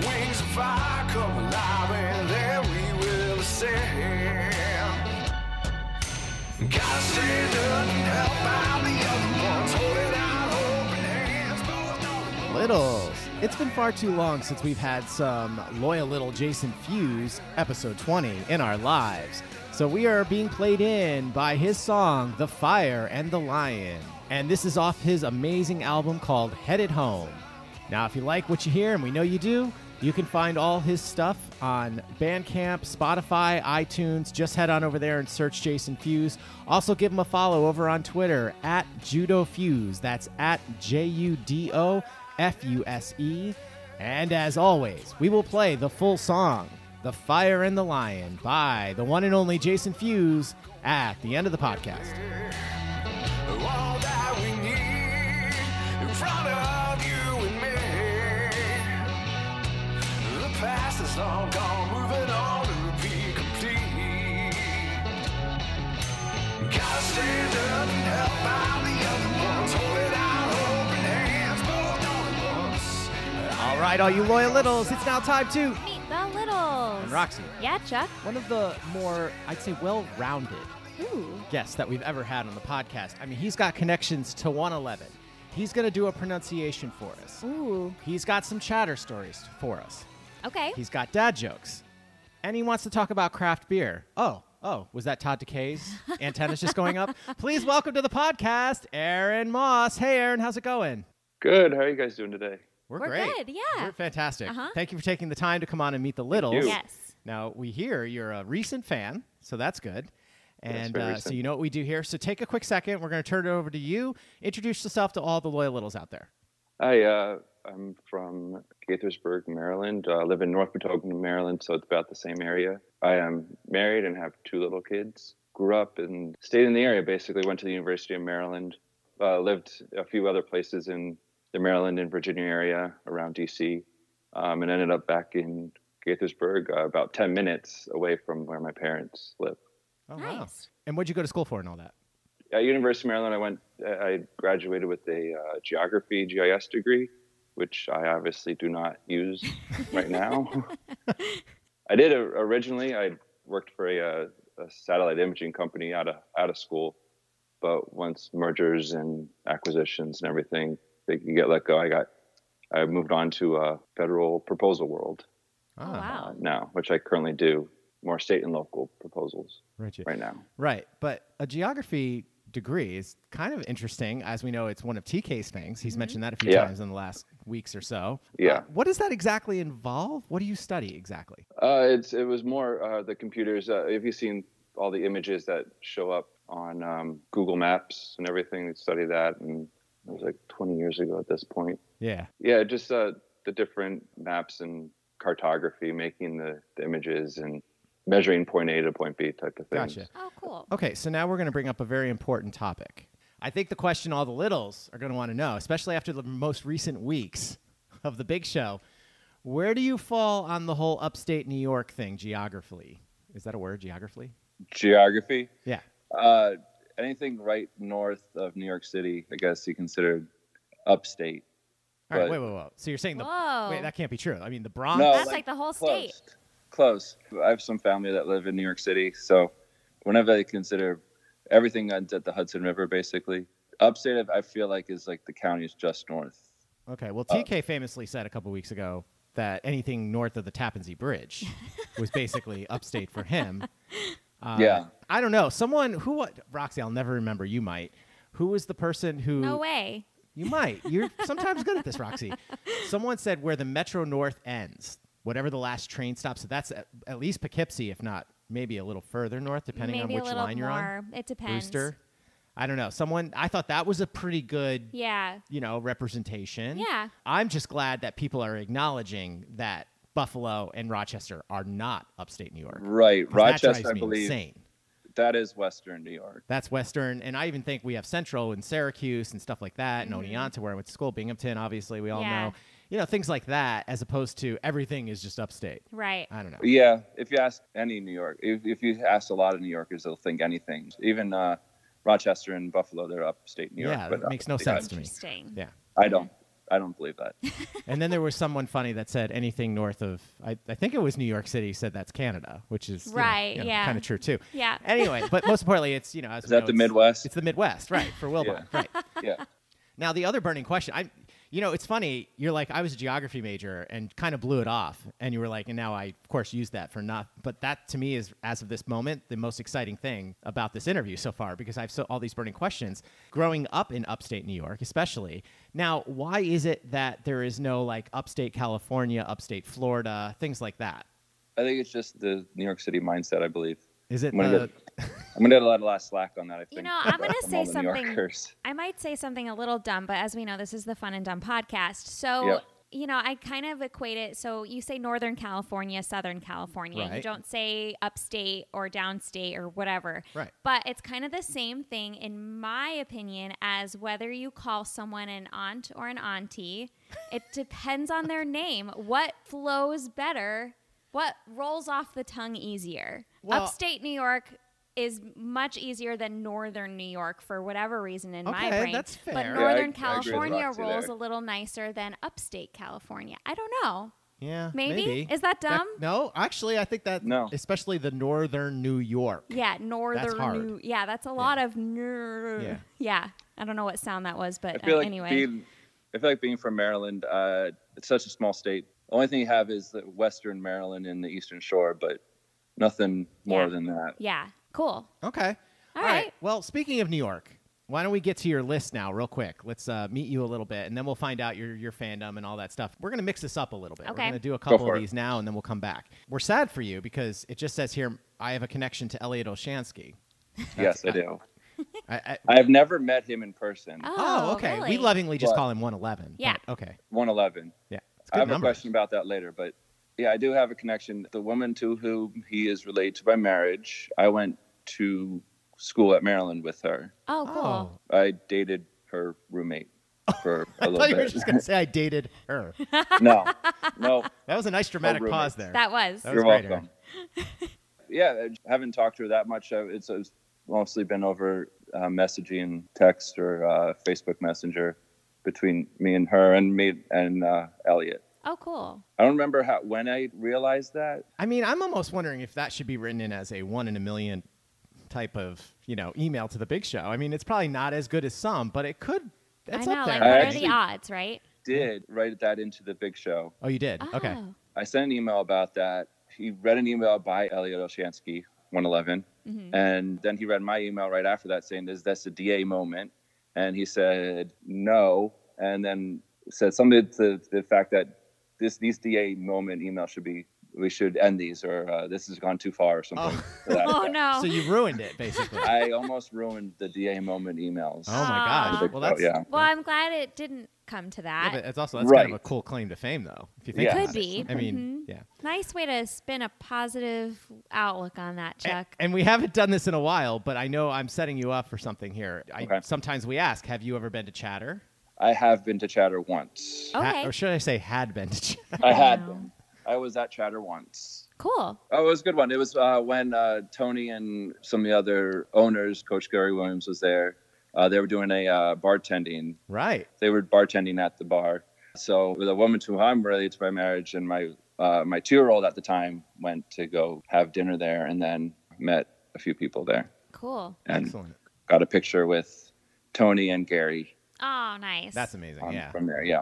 S6: Wings of fire come alive, and there we will ascend. Gotta stand up and help out the other ones, holding out open hands, both on the
S4: Littles. It's been far too long since we've had some loyal little Jason Fuse, episode 20, in our lives. So we are being played in by his song, The Fire and the Lion. And this is off his amazing album called Headed Home. Now, if you like what you hear, and we know you do, you can find all his stuff on Bandcamp, Spotify, iTunes. Just head on over there and search Jason Fuse. Also, give him a follow over on Twitter at Judo Fuse. That's at J U D O F U S E. And as always, we will play the full song, The Fire and the Lion, by the one and only Jason Fuse at the end of the podcast.
S6: all that we need in front of you and me. The past is long gone, moving on to be complete. Gotta stand up and help out the other ones, holding out open hands, both on us.
S4: All right, all you loyal littles, it's now time to
S5: Meet the Littles.
S4: Roxy.
S5: Yeah, Chuck.
S4: One of the more, I'd say, well rounded
S5: Ooh.
S4: guest that we've ever had on the podcast. I mean, he's got connections to 111. He's going to do a pronunciation for us.
S5: Ooh.
S4: He's got some chatter stories for us.
S5: Okay.
S4: He's got dad jokes. And he wants to talk about craft beer. Oh, oh, was that Todd
S5: [LAUGHS]
S4: DeKay's antennas just going up? Please welcome to the podcast, Aaron Moss. Hey, Aaron, how's it going?
S8: Good. How are you guys doing today?
S5: We're
S4: great.
S5: good, yeah.
S4: We're fantastic.
S5: Uh-huh.
S4: Thank you for taking the time to come on and meet the Littles.
S8: you.
S5: Yes.
S4: Now we hear you're a recent fan, so that's good. And
S8: very
S4: uh, so
S8: recent.
S4: you know what we do here. So take a quick second. We're going to turn it over to you. Introduce yourself to all the loyal littles out there.
S8: I uh, I'm from Gaithersburg, Maryland. Uh, I live in North Potomac, Maryland, so it's about the same area. I am married and have two little kids. Grew up and stayed in the area. Basically, went to the University of Maryland. Uh, lived a few other places in the Maryland and Virginia area around D.C. Um, and ended up back in Gaithersburg, uh, about 10 minutes away from where my parents live.
S4: Oh,
S5: Nice.
S4: And what'd you go to school for and all that?
S8: at University of Maryland, I went. uh, I graduated with a uh, geography GIS degree, which I obviously do not use right now. I did uh, originally. I worked for a, uh, a satellite imaging company out of out of school, but once mergers and acquisitions and everything, they could get let go. I got. I moved on to uh, federal proposal world
S4: Ah.
S8: uh,
S5: Oh, wow.
S8: now, which I currently do more state and local proposals
S4: Right.
S8: right now.
S4: Right. But a geography degree is kind of interesting. As we know, it's one of TK's things.
S5: Mm-hmm.
S4: He's mentioned that a few
S8: Yeah.
S4: times in the last weeks or so.
S8: Yeah.
S4: Uh, what does that exactly involve? What do you study exactly?
S8: Uh, it's it was more uh, the computers. Uh, have you seen all the images that show up on um, Google Maps and everything? They study that, and it was like 20 years ago at this point.
S4: Yeah.
S8: Yeah, just uh, the different maps and cartography, making the, the images and measuring point A to point B type of thing.
S4: Gotcha.
S5: Oh, cool.
S4: Okay, so now we're going to bring up a very important topic. I think the question all the littles are going to want to know, especially after the most recent weeks of the big show, where do you fall on the whole upstate New York thing geographically? Is that a word, geographically?
S8: Geography.
S4: Yeah.
S8: Uh, anything right north of New York City, I guess you consider upstate.
S4: All right,
S8: But-
S4: wait, wait, wait. So you're saying the
S5: Whoa.
S4: Wait, that can't be true. I mean, the Bronx.
S8: No,
S5: That's like,
S8: like
S5: the whole
S8: close.
S5: state.
S8: Close. I have some family that live in New York City, so whenever I consider everything that's at the Hudson River, basically upstate, I- I feel like is like the county is just north.
S4: Okay, well, TK famously said a couple weeks ago that anything north of the Tappan Zee Bridge was basically upstate for him. Uh,
S8: Yeah.
S4: I don't know. Someone who, wa- Roxy, I'll never remember. You might. Who was the person who?
S2: No way.
S4: You might. You're sometimes good at this,
S2: [LAUGHS]
S4: Roxy. Someone said where the Metro North ends, whatever the last train stop. So that's at, at least Poughkeepsie, if not maybe a little further north, depending
S2: Maybe
S4: on
S2: a
S4: which
S2: little
S4: line you're on.
S2: more. It depends.
S4: Brewster. I don't know. Someone. I thought that was a pretty good
S2: Yeah.
S4: you know, representation.
S2: Yeah.
S4: I'm just glad that people are acknowledging that Buffalo and Rochester are not upstate New York. 'Cause
S8: Right,
S4: that
S8: Rochester,
S4: drives
S8: I
S4: me
S8: believe
S4: Insane.
S8: that is Western New York.
S4: That's Western, and I even think we have Central and Syracuse and stuff like that, and Oneonta, where I went to school, Binghamton, obviously, we all
S2: Mm-hmm. Yeah.
S4: know. You know, things like that, as opposed to everything is just upstate.
S2: Right.
S4: I don't know.
S8: Yeah, if you ask any New York, if, if you ask a lot of New Yorkers, they'll think anything. Even uh, Rochester and Buffalo, they're upstate New York.
S4: Yeah, that
S8: uh,
S4: makes no
S8: yeah,
S4: sense to me.
S2: Interesting.
S4: Yeah.
S8: I don't. I don't believe
S5: [LAUGHS]
S8: that.
S4: And then there was someone funny that said anything north of, I, I think it was New York City, said that's Canada, which is
S2: Right, yeah.
S4: kind of true too.
S2: Yeah.
S4: Anyway, but most importantly, it's you know, as
S8: Is
S4: we
S8: that
S4: know,
S8: the
S4: it's-
S8: Midwest?
S4: It's the Midwest, right? For Wilbon, right?
S8: Yeah.
S4: Now the other burning question, I, you know, it's funny. You're like, I was a geography major and kind of blew it off, and you were like, and now I, of course, use that for not. But that to me is, as of this moment, the most exciting thing about this interview so far because I have so all these burning questions. Growing up in upstate New York, especially now, why is it that there is no like upstate California, upstate Florida, things like that?
S8: I think it's just the New York City mindset. I believe
S4: Is it
S8: I'm gonna,
S4: the,
S8: get, I'm gonna get a lot of last slack on that. I think. uh,
S2: know, I'm
S8: from
S2: gonna
S8: all
S2: say
S8: the New
S2: something-
S8: Yorkers.
S2: I might say something a little dumb, but as we know, this is the Fun and Dumb podcast. So,
S8: Yep.
S2: you know, I kind of equate it. So you say Northern California, Southern California. You
S4: Right.
S2: don't say upstate or downstate or whatever.
S4: Right.
S2: But it's kind of the same thing, in my opinion, as whether you call someone an aunt or an auntie.
S4: [LAUGHS]
S2: it depends on their name. What flows better? What rolls off the tongue easier?
S4: Well-
S2: upstate New York is much easier than northern New York for whatever reason in my
S4: Okay,
S2: brain.
S4: that's
S2: But
S4: fair. Yeah, I-
S8: I agree
S2: northern
S8: with
S2: California
S8: Roxy
S2: rolls
S8: there.
S2: a little nicer than upstate California. I don't know.
S4: yeah,
S2: Maybe?
S4: maybe.
S2: Is that dumb?
S4: no, actually, I think that
S8: No.
S4: especially the northern New York.
S2: Yeah, northern
S4: hard.
S2: New. Yeah, that's a lot of ner.
S4: Yeah.
S2: Yeah. I don't know what sound that was, but
S8: I feel
S2: uh,
S8: like
S2: anyway.
S8: being, I feel like being from Maryland. Uh, it's such a small state. The only thing you have is the Western Maryland and the Eastern Shore, but nothing more
S2: Yeah.
S8: than that.
S2: yeah. Cool.
S4: Okay.
S2: All right.
S4: Well, speaking of New York, why don't we get to your list now, real quick? Let's uh, meet you a little bit, and then we'll find out your your fandom and all that stuff. We're gonna mix this up a little bit. We're
S2: Okay.
S4: gonna do a couple
S8: for
S4: of
S8: it.
S4: these now, and then we'll come back. We're sad for you because it just says here I have a connection to Elliot Olshansky.
S8: yes, I do.
S4: I,
S2: [LAUGHS]
S4: I,
S8: I have never met him in person.
S2: Oh,
S4: oh, okay.
S2: Really?
S4: We lovingly just
S8: But-
S4: call him 111.
S2: Yeah.
S4: but okay.
S8: 111.
S4: Yeah. It's a
S8: I
S4: good
S8: have
S4: number.
S8: a question about that later, but yeah, I do have a connection. The woman to whom he is related to by marriage, I went to school at Maryland with her.
S2: Oh, cool.
S4: Oh.
S8: I dated her roommate for a
S4: [LAUGHS] I
S8: little
S4: thought you
S8: bit.
S4: were just gonna say I dated her.
S8: no, no,
S4: That was a
S8: [LAUGHS]
S4: nice dramatic
S8: roommate.
S4: pause there.
S2: That was.
S4: [LAUGHS] That was
S8: you're
S4: great,
S8: welcome. yeah, I haven't talked to her that much. I- It's, it's mostly been over uh, messaging, text, or uh, Facebook Messenger between me and her, and me and uh, Elliot.
S2: oh, cool.
S8: I don't remember how when I realized that.
S4: I mean, I'm almost wondering if that should be written in as a one in a million type of, you know, email to the big show. I mean, it's probably not as good as some, but it could. It's
S2: I know.
S4: up
S2: Like,
S4: there.
S2: what
S8: I
S2: are
S8: actually-
S2: the odds, right?
S8: did write that into the big show.
S4: oh, you did.
S2: Oh.
S4: Okay.
S8: I sent an email about that. He read an email by Elliot Olshansky, 111.
S2: Mm-hmm.
S8: And then he read my email right after that saying, Is this a DA moment? And he said, No. And then said something to the fact that this these DA moment emails should be, we should end these or uh, this has gone too far or something. to
S2: [LAUGHS]
S8: that
S2: Oh,
S8: effect.
S2: no.
S4: So you ruined it,
S2: [LAUGHS]
S4: basically. oh
S8: I almost ruined the DA moment emails.
S4: my
S2: Aw.
S4: gosh. Well, that's
S8: yeah.
S2: well, I'm glad it didn't come to
S4: yeah,
S2: that.
S4: but it's also that's kind of
S8: Right.
S4: a cool claim to fame, though. If you think
S8: Yeah.
S4: about
S2: Could
S4: it.
S2: be. Mm-hmm.
S4: I mean, yeah.
S2: Nice way to spin a positive outlook on that, Chuck.
S4: A- And we haven't done this in a while, but I know I'm setting you up for something here. I,
S8: Okay.
S4: Sometimes we ask, "Have you ever been to Chatter?"
S8: I have been to Chatter once.
S2: Oh.
S4: Ha-
S2: Okay.
S4: or should I say, had been to
S2: Oh,
S4: Chatter?
S8: I had been. I was at Chatter once.
S2: cool.
S8: Oh, it was a good one. It was uh, when uh, Tony and some of the other owners, Coach Gary Williams was there. Uh, they were doing a uh, bartending.
S4: [LAUGHS] right.
S8: They were bartending at the bar. So the woman to whom I'm related to by marriage and my uh, my two year old at the time went to go have dinner there, and then met a few people there
S2: Cool.
S8: and
S4: Excellent.
S8: got a picture with Tony and Gary
S2: Oh, nice.
S4: That's amazing.
S8: on,
S4: yeah.
S8: from there. Yeah,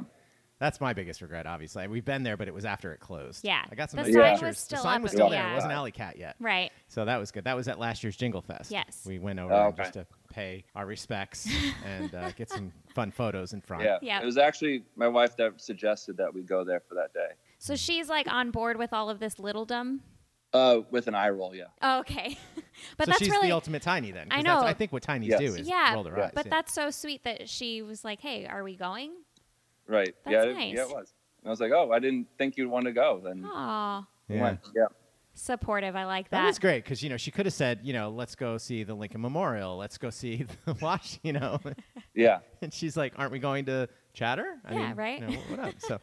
S4: That's my biggest regret, obviously. We've been there, but it was after it closed.
S2: Yeah.
S4: I got some
S2: The
S4: nice
S8: sign was
S4: pictures.
S2: still
S4: the sign
S2: up
S4: was
S2: at
S4: still
S8: the
S4: there. It
S8: end.
S4: wasn't Alley Cat yet.
S2: right.
S4: So that was good. That was at last year's Jingle Fest.
S2: Yes.
S4: We went over
S8: Oh,
S4: there
S8: okay.
S4: just to pay our respects and uh, get
S2: [LAUGHS]
S4: some fun photos in front.
S8: yeah.
S2: Yeah.
S8: It was actually my wife that suggested that we go there for that day.
S2: So she's like on board with all of this littledom.
S8: Uh, with an eye roll, yeah.
S2: Oh, okay. [LAUGHS] but
S4: so
S2: that's
S4: she's
S2: really
S4: the ultimate tiny then. 'cause
S2: I
S4: that's-
S2: know.
S4: I think what tinies
S8: Yes.
S4: do is
S2: yeah.
S4: roll their eyes.
S2: But
S4: yeah.
S2: that's so sweet that she was like, "Hey, are we going?"
S8: Right.
S2: That's
S8: yeah, it-
S2: nice.
S8: yeah, it was. And I was like, oh, I didn't think you'd want to go. Then
S4: Hmm.
S2: Oh,
S8: we
S4: Yeah.
S8: went. Yeah.
S2: supportive. I like
S4: That
S2: that.
S4: was great because you know she could have said you know let's go see the Lincoln Memorial, let's go see [LAUGHS] the Wash, you know,
S8: Yeah.
S4: [LAUGHS] and she's like, "Aren't we going to chatter?" I
S2: Yeah,
S4: mean,
S2: right?
S4: you know, what, what up?
S2: [LAUGHS]
S4: So,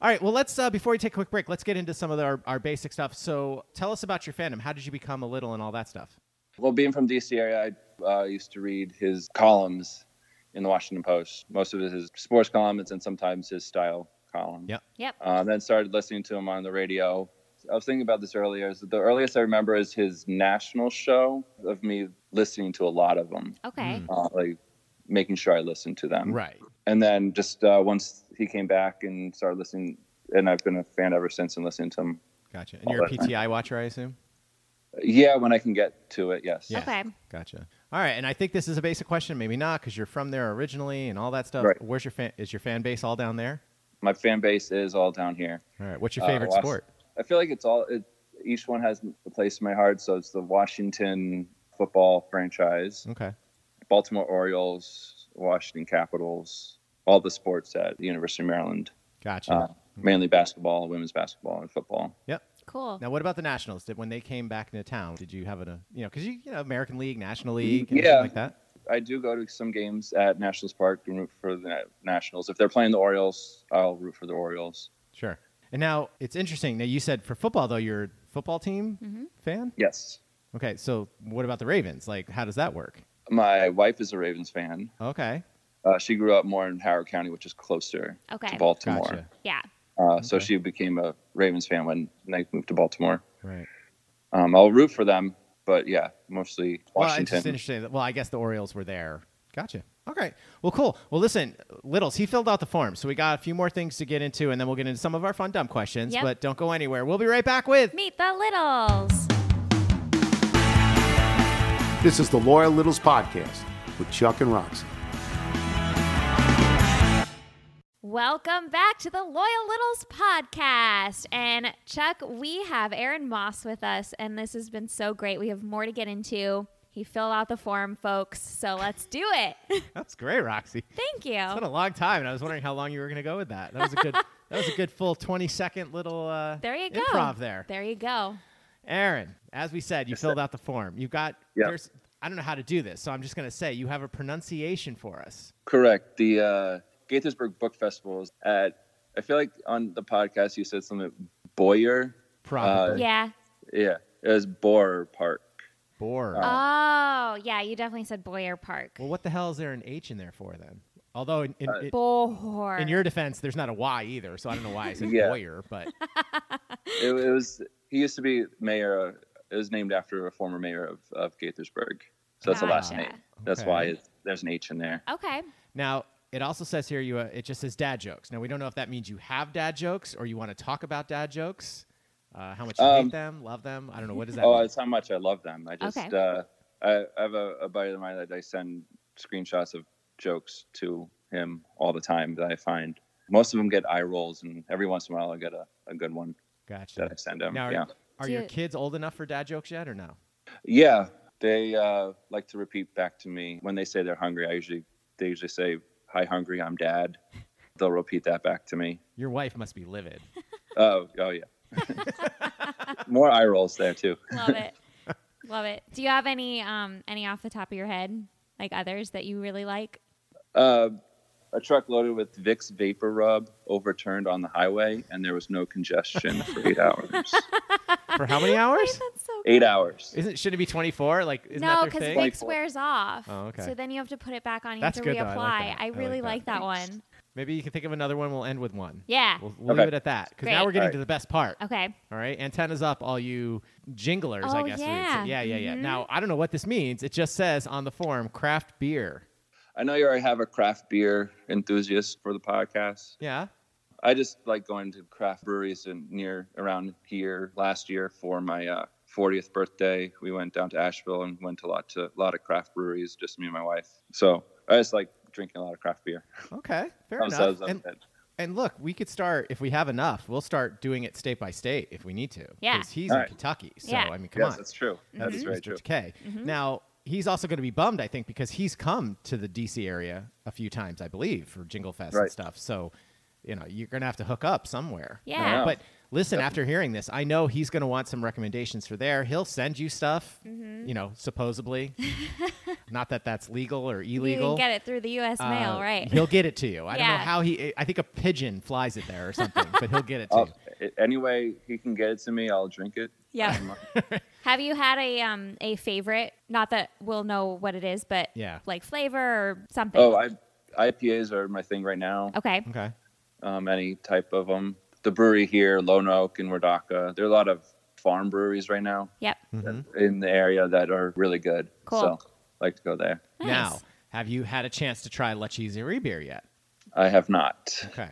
S4: all right. Well, let's uh, before we take a quick break, let's get into some of our, our basic stuff. So, tell us about your fandom. How did you become a little and all that stuff?
S8: Well, being from DC area, I uh, used to read his columns in the Washington Post. Most of his sports columns and sometimes his style column.
S4: Yep.
S2: Yep.
S8: Uh, then started listening to him on the radio. I was thinking about this earlier. Is that the earliest I remember is his national show of me listening to a lot of them,
S4: Hmm,
S2: Okay.
S8: uh, like making sure I listened to them.
S4: Right.
S8: And then just uh, once he came back and started listening, and I've been a fan ever since and listening to him.
S4: Gotcha. And
S8: All
S4: you're a
S8: that time.
S4: PTI watcher, I assume?
S8: Yeah, when I can get to it, yes.
S4: Yeah.
S2: Okay.
S4: Gotcha. All right, and I think this is a basic question, maybe not, because you're from there originally and all that stuff.
S8: Right.
S4: Where's your fan? Is your fan base all down there?
S8: My fan base is all down here.
S4: All right. What's your
S8: Uh,
S4: favorite
S8: Wash-
S4: sport?
S8: I feel like it's all. It, each one has a place in my heart. So it's the Washington football franchise,
S4: Okay.
S8: Baltimore Orioles, Washington Capitals, all the sports at the University of Maryland,
S4: Gotcha.
S8: uh, mainly basketball, women's basketball, and football.
S4: yep.
S2: Cool.
S4: Now, what about the Nationals? Did when they came back into town? Did you have a you know because you, you know American League, National League, and
S8: Mm, Yeah.
S4: like that?
S8: I do go to some games at Nationals Park and root for the Na- Nationals. If they're playing the Orioles, I'll root for the Orioles.
S4: Sure. And now it's interesting. Now you said for football though, you're a football team
S2: Mm-hmm.
S4: fan.
S8: Yes,
S4: Okay. So what about the Ravens? Like, how does that work?
S8: my wife is a Ravens fan.
S4: Okay.
S8: Uh, she grew up more in Howard County, which is closer
S2: Okay.
S8: to Baltimore.
S4: Gotcha.
S2: Yeah.
S8: Uh, So
S4: Okay.
S8: she became a Ravens fan when they moved to Baltimore.
S4: Right.
S8: Um, I'll root for them, but yeah, mostly
S4: Well, it's just
S8: Washington.
S4: interesting. that- Well, I guess the Orioles were there. Gotcha. Okay. Well, cool. Well, listen, Littles, he filled out the form, so we got a few more things to get into, and then we'll get into some of our fun dumb questions.
S2: Yep.
S4: But don't go anywhere. We'll be right back with.
S2: Meet the Littles.
S6: This is the Loyal Littles Podcast with Chuck and Roxy.
S2: Welcome back to the Loyal Littles podcast. And Chuck, we have Aaron Moss with us, and this has been so great. We have more to get into. He filled out the form, folks. So let's do it. [LAUGHS]
S4: That's great, Roxy.
S2: Thank
S4: It's been
S2: you.
S4: a long time, and I was wondering how long you were going to go with that. That was a good. that was a good full twenty second little uh,
S2: There you go.
S4: improv there.
S2: There you go.
S4: Aaron, as we said, you filled out the form. You've got.
S8: Yep.
S4: There's. I don't know how to do this, so I'm just going to say you have a pronunciation for us.
S8: Correct. The uh, Gaithersburg Book Festival is at, I feel like on the podcast you said something, Boyer.
S4: Probably.
S2: Yeah.
S8: Yeah, it was Boer Park.
S2: [GASPS]
S4: Bore.
S8: Uh,
S4: Uh,
S2: Oh, yeah. You definitely said Boyer Park.
S4: Well, what the hell is there an H in there for then? Although in, in,
S8: Uh,
S4: in-
S2: Boyer.
S4: in your defense, there's not a Y either, so I don't know why I said
S8: Yeah.
S4: Boyer, but
S8: It, it was, he used to be mayor, of, it was named after a former mayor of, of Gaithersburg. So that's the last
S2: Gotcha.
S8: name. [LAUGHS] That's
S4: Okay.
S8: why it, there's an H in there.
S2: okay.
S4: now it also says here you uh, it just says dad jokes. Now we don't know if that means you have dad jokes or you want to talk about dad jokes, uh, how much you
S8: Um,
S4: hate them, love them. I don't know what does that
S8: Oh,
S4: mean.
S8: it's how much I love them. I just
S2: Okay.
S8: uh, I, I have a, a buddy of mine that I send screenshots of jokes to him all the time that I find. Most of them get eye rolls, and every once in a while I get a, a good one that I
S4: Gotcha.
S8: send him.
S4: Now, are,
S8: yeah,
S4: are your
S2: Do-
S4: kids old enough for dad jokes yet or no?
S8: yeah. They uh, like to repeat back to me when they say they're hungry. I usually they usually say, "Hi, hungry. I'm dad." They'll repeat that back to me.
S4: Your wife must be livid.
S8: Oh,
S4: [LAUGHS]
S8: oh yeah. More eye rolls there too.
S4: [LAUGHS]
S2: Love it. Love it. Do you have any um any off the top of your head, like others that you really like?
S8: Uh, a truck loaded with Vicks vapor rub overturned on the highway, and there was no congestion for eight hours.
S4: For how
S2: [LAUGHS]
S4: many hours?
S2: That's so
S8: Eight hours.
S4: Isn't shouldn't it be 24? Like isn't
S2: no,
S4: that their
S2: because
S4: thing?
S2: Vicks wears off.
S4: Oh, okay.
S2: So then you have to put it back on. You
S4: That's
S2: have to
S4: good, though.
S2: reapply.
S4: I like that. I
S2: I
S4: like
S2: really
S4: that.
S2: like that, one.
S4: Maybe you can think of another one. We'll end with one.
S2: Yeah.
S4: We'll, we'll
S8: Okay.
S4: leave it at that because now
S2: Great.
S4: we're getting
S8: All
S4: to
S8: right.
S4: the best part.
S2: Okay.
S4: All right, antennas up, all you jinglers, I guess.
S2: Oh,
S4: we would say.
S2: yeah. Mm-hmm.
S4: yeah, yeah, yeah. Now I don't know what this means. It just says on the form craft beer.
S8: I know you already have a craft beer enthusiast for the podcast.
S4: Yeah.
S8: I just like going to craft breweries in near around here. Last year for my uh, 40th birthday, we went down to Asheville and went to a lot to a lot of craft breweries. Just me and my wife. So I just like drinking a lot of craft beer.
S4: Okay. Fair
S8: That was- that
S4: enough.
S8: was-
S4: and, and look, we could start if we have enough. We'll start doing it state by state if we need to.
S2: Yeah.
S4: 'Cause he's
S8: All
S4: in
S8: right.
S4: Kentucky, so
S2: Yeah.
S4: I mean, come
S8: yes,
S4: on. Mm-hmm.
S8: that's true. That's
S2: Mm-hmm.
S4: That's
S8: very
S4: Mr.
S8: true.
S4: K. Now he's also going to be bummed, I think, because he's come to the DC area a few times, I believe, for Jingle Fest and
S8: Right.
S4: stuff. So, you know, you're going to have to hook up somewhere.
S2: Yeah.
S8: Yeah.
S4: But listen, after hearing this, I know he's going to want some recommendations for there. He'll send you stuff,
S2: Mm-hmm.
S4: you know,
S2: [LAUGHS]
S4: supposedly. Not that that's legal or
S2: You
S4: illegal.
S2: can get it through the U.S. mail,
S4: Uh,
S2: right?
S4: He'll get it to you. I don't
S2: Yeah.
S4: know how he. I think a pigeon flies it
S8: [LAUGHS] Uh,
S4: there or something, but he'll get it to you.
S8: I'll, any way he can get it to me, I'll drink it.
S2: [LAUGHS] Yeah.
S8: I'm-
S2: Have you had a um a favorite? Not that we'll know what it is, but
S4: Yeah.
S2: like flavor or something.
S8: Oh, I, IPAs are my thing right now.
S2: okay.
S4: Okay.
S8: Um, any type of them. The brewery here, Lone Oak and Wardaka. There are a lot of farm breweries right now
S2: Yep.
S4: Mhm.
S8: in the area that are really good.
S2: Cool.
S8: So like to go there.
S2: Nice.
S4: Now, have you had a chance to try Lechi's beer yet?
S8: I have not.
S4: Okay.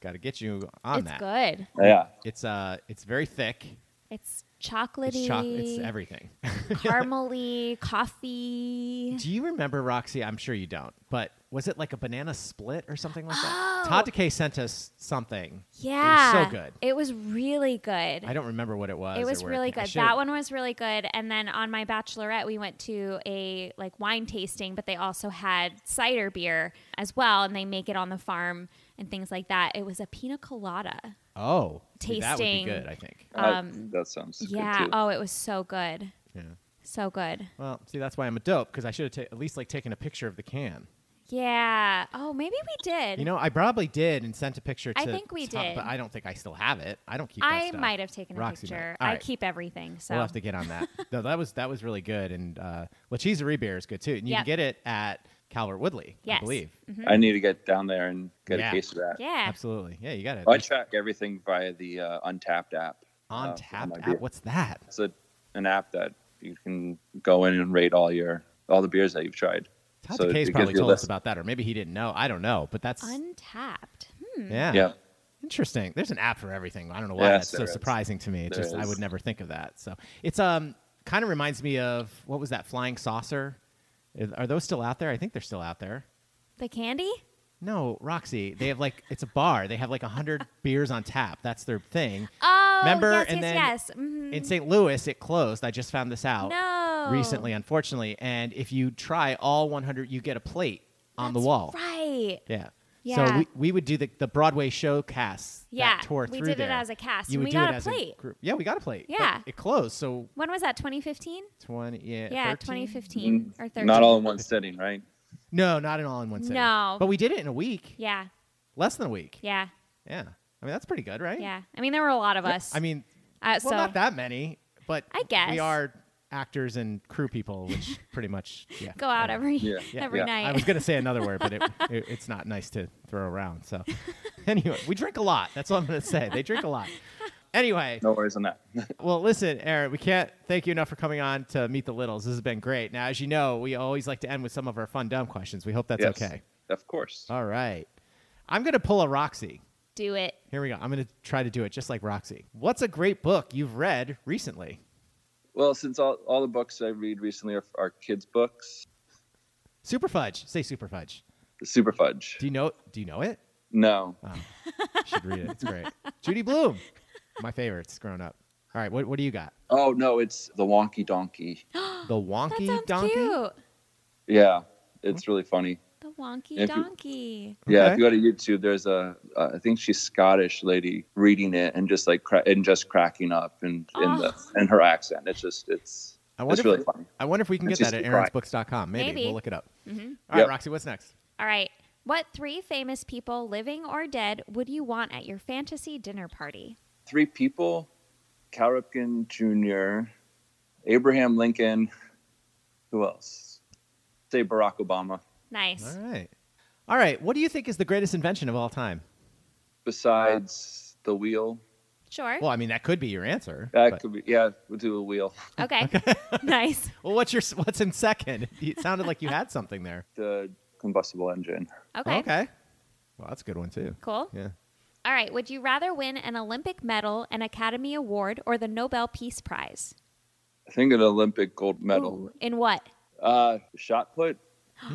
S4: Got to get you on
S2: it's
S4: that.
S2: good.
S8: Yeah.
S4: It's uh, it's very thick.
S2: It's chocolatey.
S4: It's chocolate. It's everything. [LAUGHS]
S2: Caramely, coffee.
S4: Do you remember Roxy? I'm sure you don't, but was it like a banana split or something like that?
S2: Oh.
S4: Todd Decay sent us something.
S2: Yeah.
S4: good.
S2: It was really good.
S4: I don't remember what it was.
S2: it
S4: or
S2: was
S4: where
S2: really
S4: came- I
S2: good.
S4: should've-
S2: That one was really good. And then on my bachelorette, we went to a like wine tasting, but they also had cider beer as well, and they make it on the farm and things like that. It was a pina colada.
S4: Oh, see, that would be
S2: tasting-
S4: good. I think.
S2: Um,
S8: I, that sounds
S2: yeah.
S8: good too.
S2: Oh, it was so good.
S4: Yeah.
S2: So good.
S4: Well, see, that's why I'm a dope because I should have ta- at least like taken a picture of the can.
S2: Yeah. Oh, maybe we did.
S4: You know, I probably did and sent a picture. to
S2: I think we
S4: Todd,
S2: did.
S4: but I don't think I still have it. I don't keep. that
S2: I
S4: stuff.
S2: might have taken a
S4: Roxy might.
S2: picture.
S4: All
S2: I
S4: right.
S2: keep everything. So
S4: We'll have to get on that. no, that was that was really good, and uh, Lechiserie beer is good too, and you
S2: Yep.
S4: can get it at Calvert Woodley, I
S2: Yes. Mm-hmm.
S4: believe.
S8: I need to get down there and get
S4: Yeah.
S8: a case of that.
S2: hmm. yeah.
S4: Absolutely, yeah, you got it.
S8: I track everything via the uh, Untapped app.
S4: on
S8: uh,
S4: tap
S8: my
S4: app.
S8: beer.
S4: What's that?
S8: It's a, an app that you can go in and rate all your all the beers that you've tried.
S4: Todd
S8: So it
S4: Decay's
S8: gives
S4: probably
S8: you a
S4: told us
S8: list.
S4: about that, or maybe he didn't know. I don't know, but that's
S2: Untapped. Hmm.
S4: yeah.
S8: Yeah.
S4: Interesting. There's an app for everything. I don't know why
S8: Yes,
S4: that's so
S8: there is.
S4: surprising to me. It
S8: There
S4: just I
S8: is.
S4: would never think of that. So it's um kind of reminds me of what was that flying saucer? Is- Are those still out there? I think they're still out there.
S2: The candy?
S4: No, Roxy. They have like it's a bar. They have like hundred [LAUGHS] beers on tap. That's their thing.
S2: Oh,
S4: Remember?
S2: yes,
S4: And then
S2: yes, yes. Mhm.
S4: In St. Louis, it closed. I just found this out
S2: no.
S4: recently, unfortunately. And if you try all 100, you get a plate on the
S2: That's
S4: wall.
S2: Right.
S4: Yeah. So
S2: Yeah.
S4: we, we would do the, the Broadway show cast. that
S2: Yeah,
S4: tour
S2: we
S4: through
S2: did it
S4: there.
S2: as a cast,
S4: You
S2: and
S4: would
S2: we
S4: do
S2: got
S4: it
S2: a
S4: as
S2: plate.
S4: group. Yeah, we got a plate. but
S2: Yeah.
S4: it closed. So
S2: When was that? 2015?
S4: 20. Yeah.
S2: Yeah,
S4: 13?
S2: 2015 or 13.
S8: Mm, Not all in one sitting,
S2: [LAUGHS]
S8: right?
S4: No, not in all in one sitting.
S2: No.
S4: But we did it in a week.
S2: Yeah,
S4: Less than a week.
S2: yeah,
S4: Yeah. I mean, that's pretty good, right?
S2: yeah. I mean, there were a lot of us.
S4: I mean,
S2: uh,
S4: well,
S2: so
S4: not that many, but
S2: I guess.
S4: we are actors and crew people, which pretty much yeah,
S2: [LAUGHS] go out
S4: I-
S2: every
S8: Yeah.
S4: Yeah,
S2: every
S8: yeah.
S2: night.
S4: I was gonna say another word,
S2: [LAUGHS]
S4: but it, it, it's not nice to throw around. So, anyway, we drink a lot. That's all I'm gonna say. They drink a lot. Anyway,
S8: No worries on that. [LAUGHS]
S4: well, listen, Aaron, we can't thank you enough for coming on to meet the Littles. This has been great. Now, as you know, we always like to end with some of our fun dumb questions. We hope that's
S8: Yes.
S4: okay.
S8: Of course.
S4: All right, I'm gonna pull a Roxy.
S2: Do it. [GASPS]
S4: Here we go. I'm gonna try to do it just like Roxy. What's a great book you've read recently?
S8: Well, since all, all the books I read recently are, are kids' books,
S4: Super Fudge. Say Super Fudge.
S8: the Super Fudge.
S4: Do you know? Do you know it?
S8: No,
S4: Oh, you should read it. It's great. Judy Bloom, my favorites growing up. All right, what, what do you got?
S8: oh no, it's the Wonky Donkey.
S4: The
S2: [GASPS] That
S4: Wonky
S2: sounds
S4: Donkey.
S2: cute.
S8: Yeah, it's really funny.
S2: The wonky
S8: If you-
S2: donkey.
S8: Yeah,
S4: Oh. Okay.
S8: if you go to YouTube, there's a uh, I think she's Scottish lady reading it and just like cra- and just cracking up and in the
S2: Ah.
S8: and her accent. It's just it's
S4: I wonder
S8: it's
S4: if
S8: really
S4: we-
S8: funny.
S4: I wonder if we can
S8: It's
S4: get that
S8: just
S4: at
S8: a cry.
S4: aaronsbooks.com. Maybe.
S2: Maybe.
S4: we'll look it up.
S2: Mhm.
S4: All right,
S8: Yep.
S4: Roxy, what's next?
S2: All right. What three famous people, living or dead, would you want at your fantasy dinner party?
S8: Three people: Cal Ripken Jr., Abraham Lincoln. Who else? Say Barack Obama.
S2: Nice.
S4: All right. All right, what do you think is the greatest invention of all time?
S8: Besides the wheel,
S2: Sure.
S4: Well, [LAUGHS] I mean, that could be your answer.
S8: that
S4: but-
S8: could be yeah. We'll do a wheel.
S2: okay. [LAUGHS] nice.
S4: Well, what's your what's in second? [LAUGHS] It sounded like you had something there.
S8: The combustible engine.
S2: [LAUGHS] Okay.
S4: Well, that's a good one too.
S2: Cool.
S4: Yeah.
S2: All right. Would you rather win an Olympic medal, an Academy Award, or the Nobel Peace Prize?
S8: I think an Olympic gold medal.
S2: Ooh, In what?
S8: Uh, shot put.
S2: I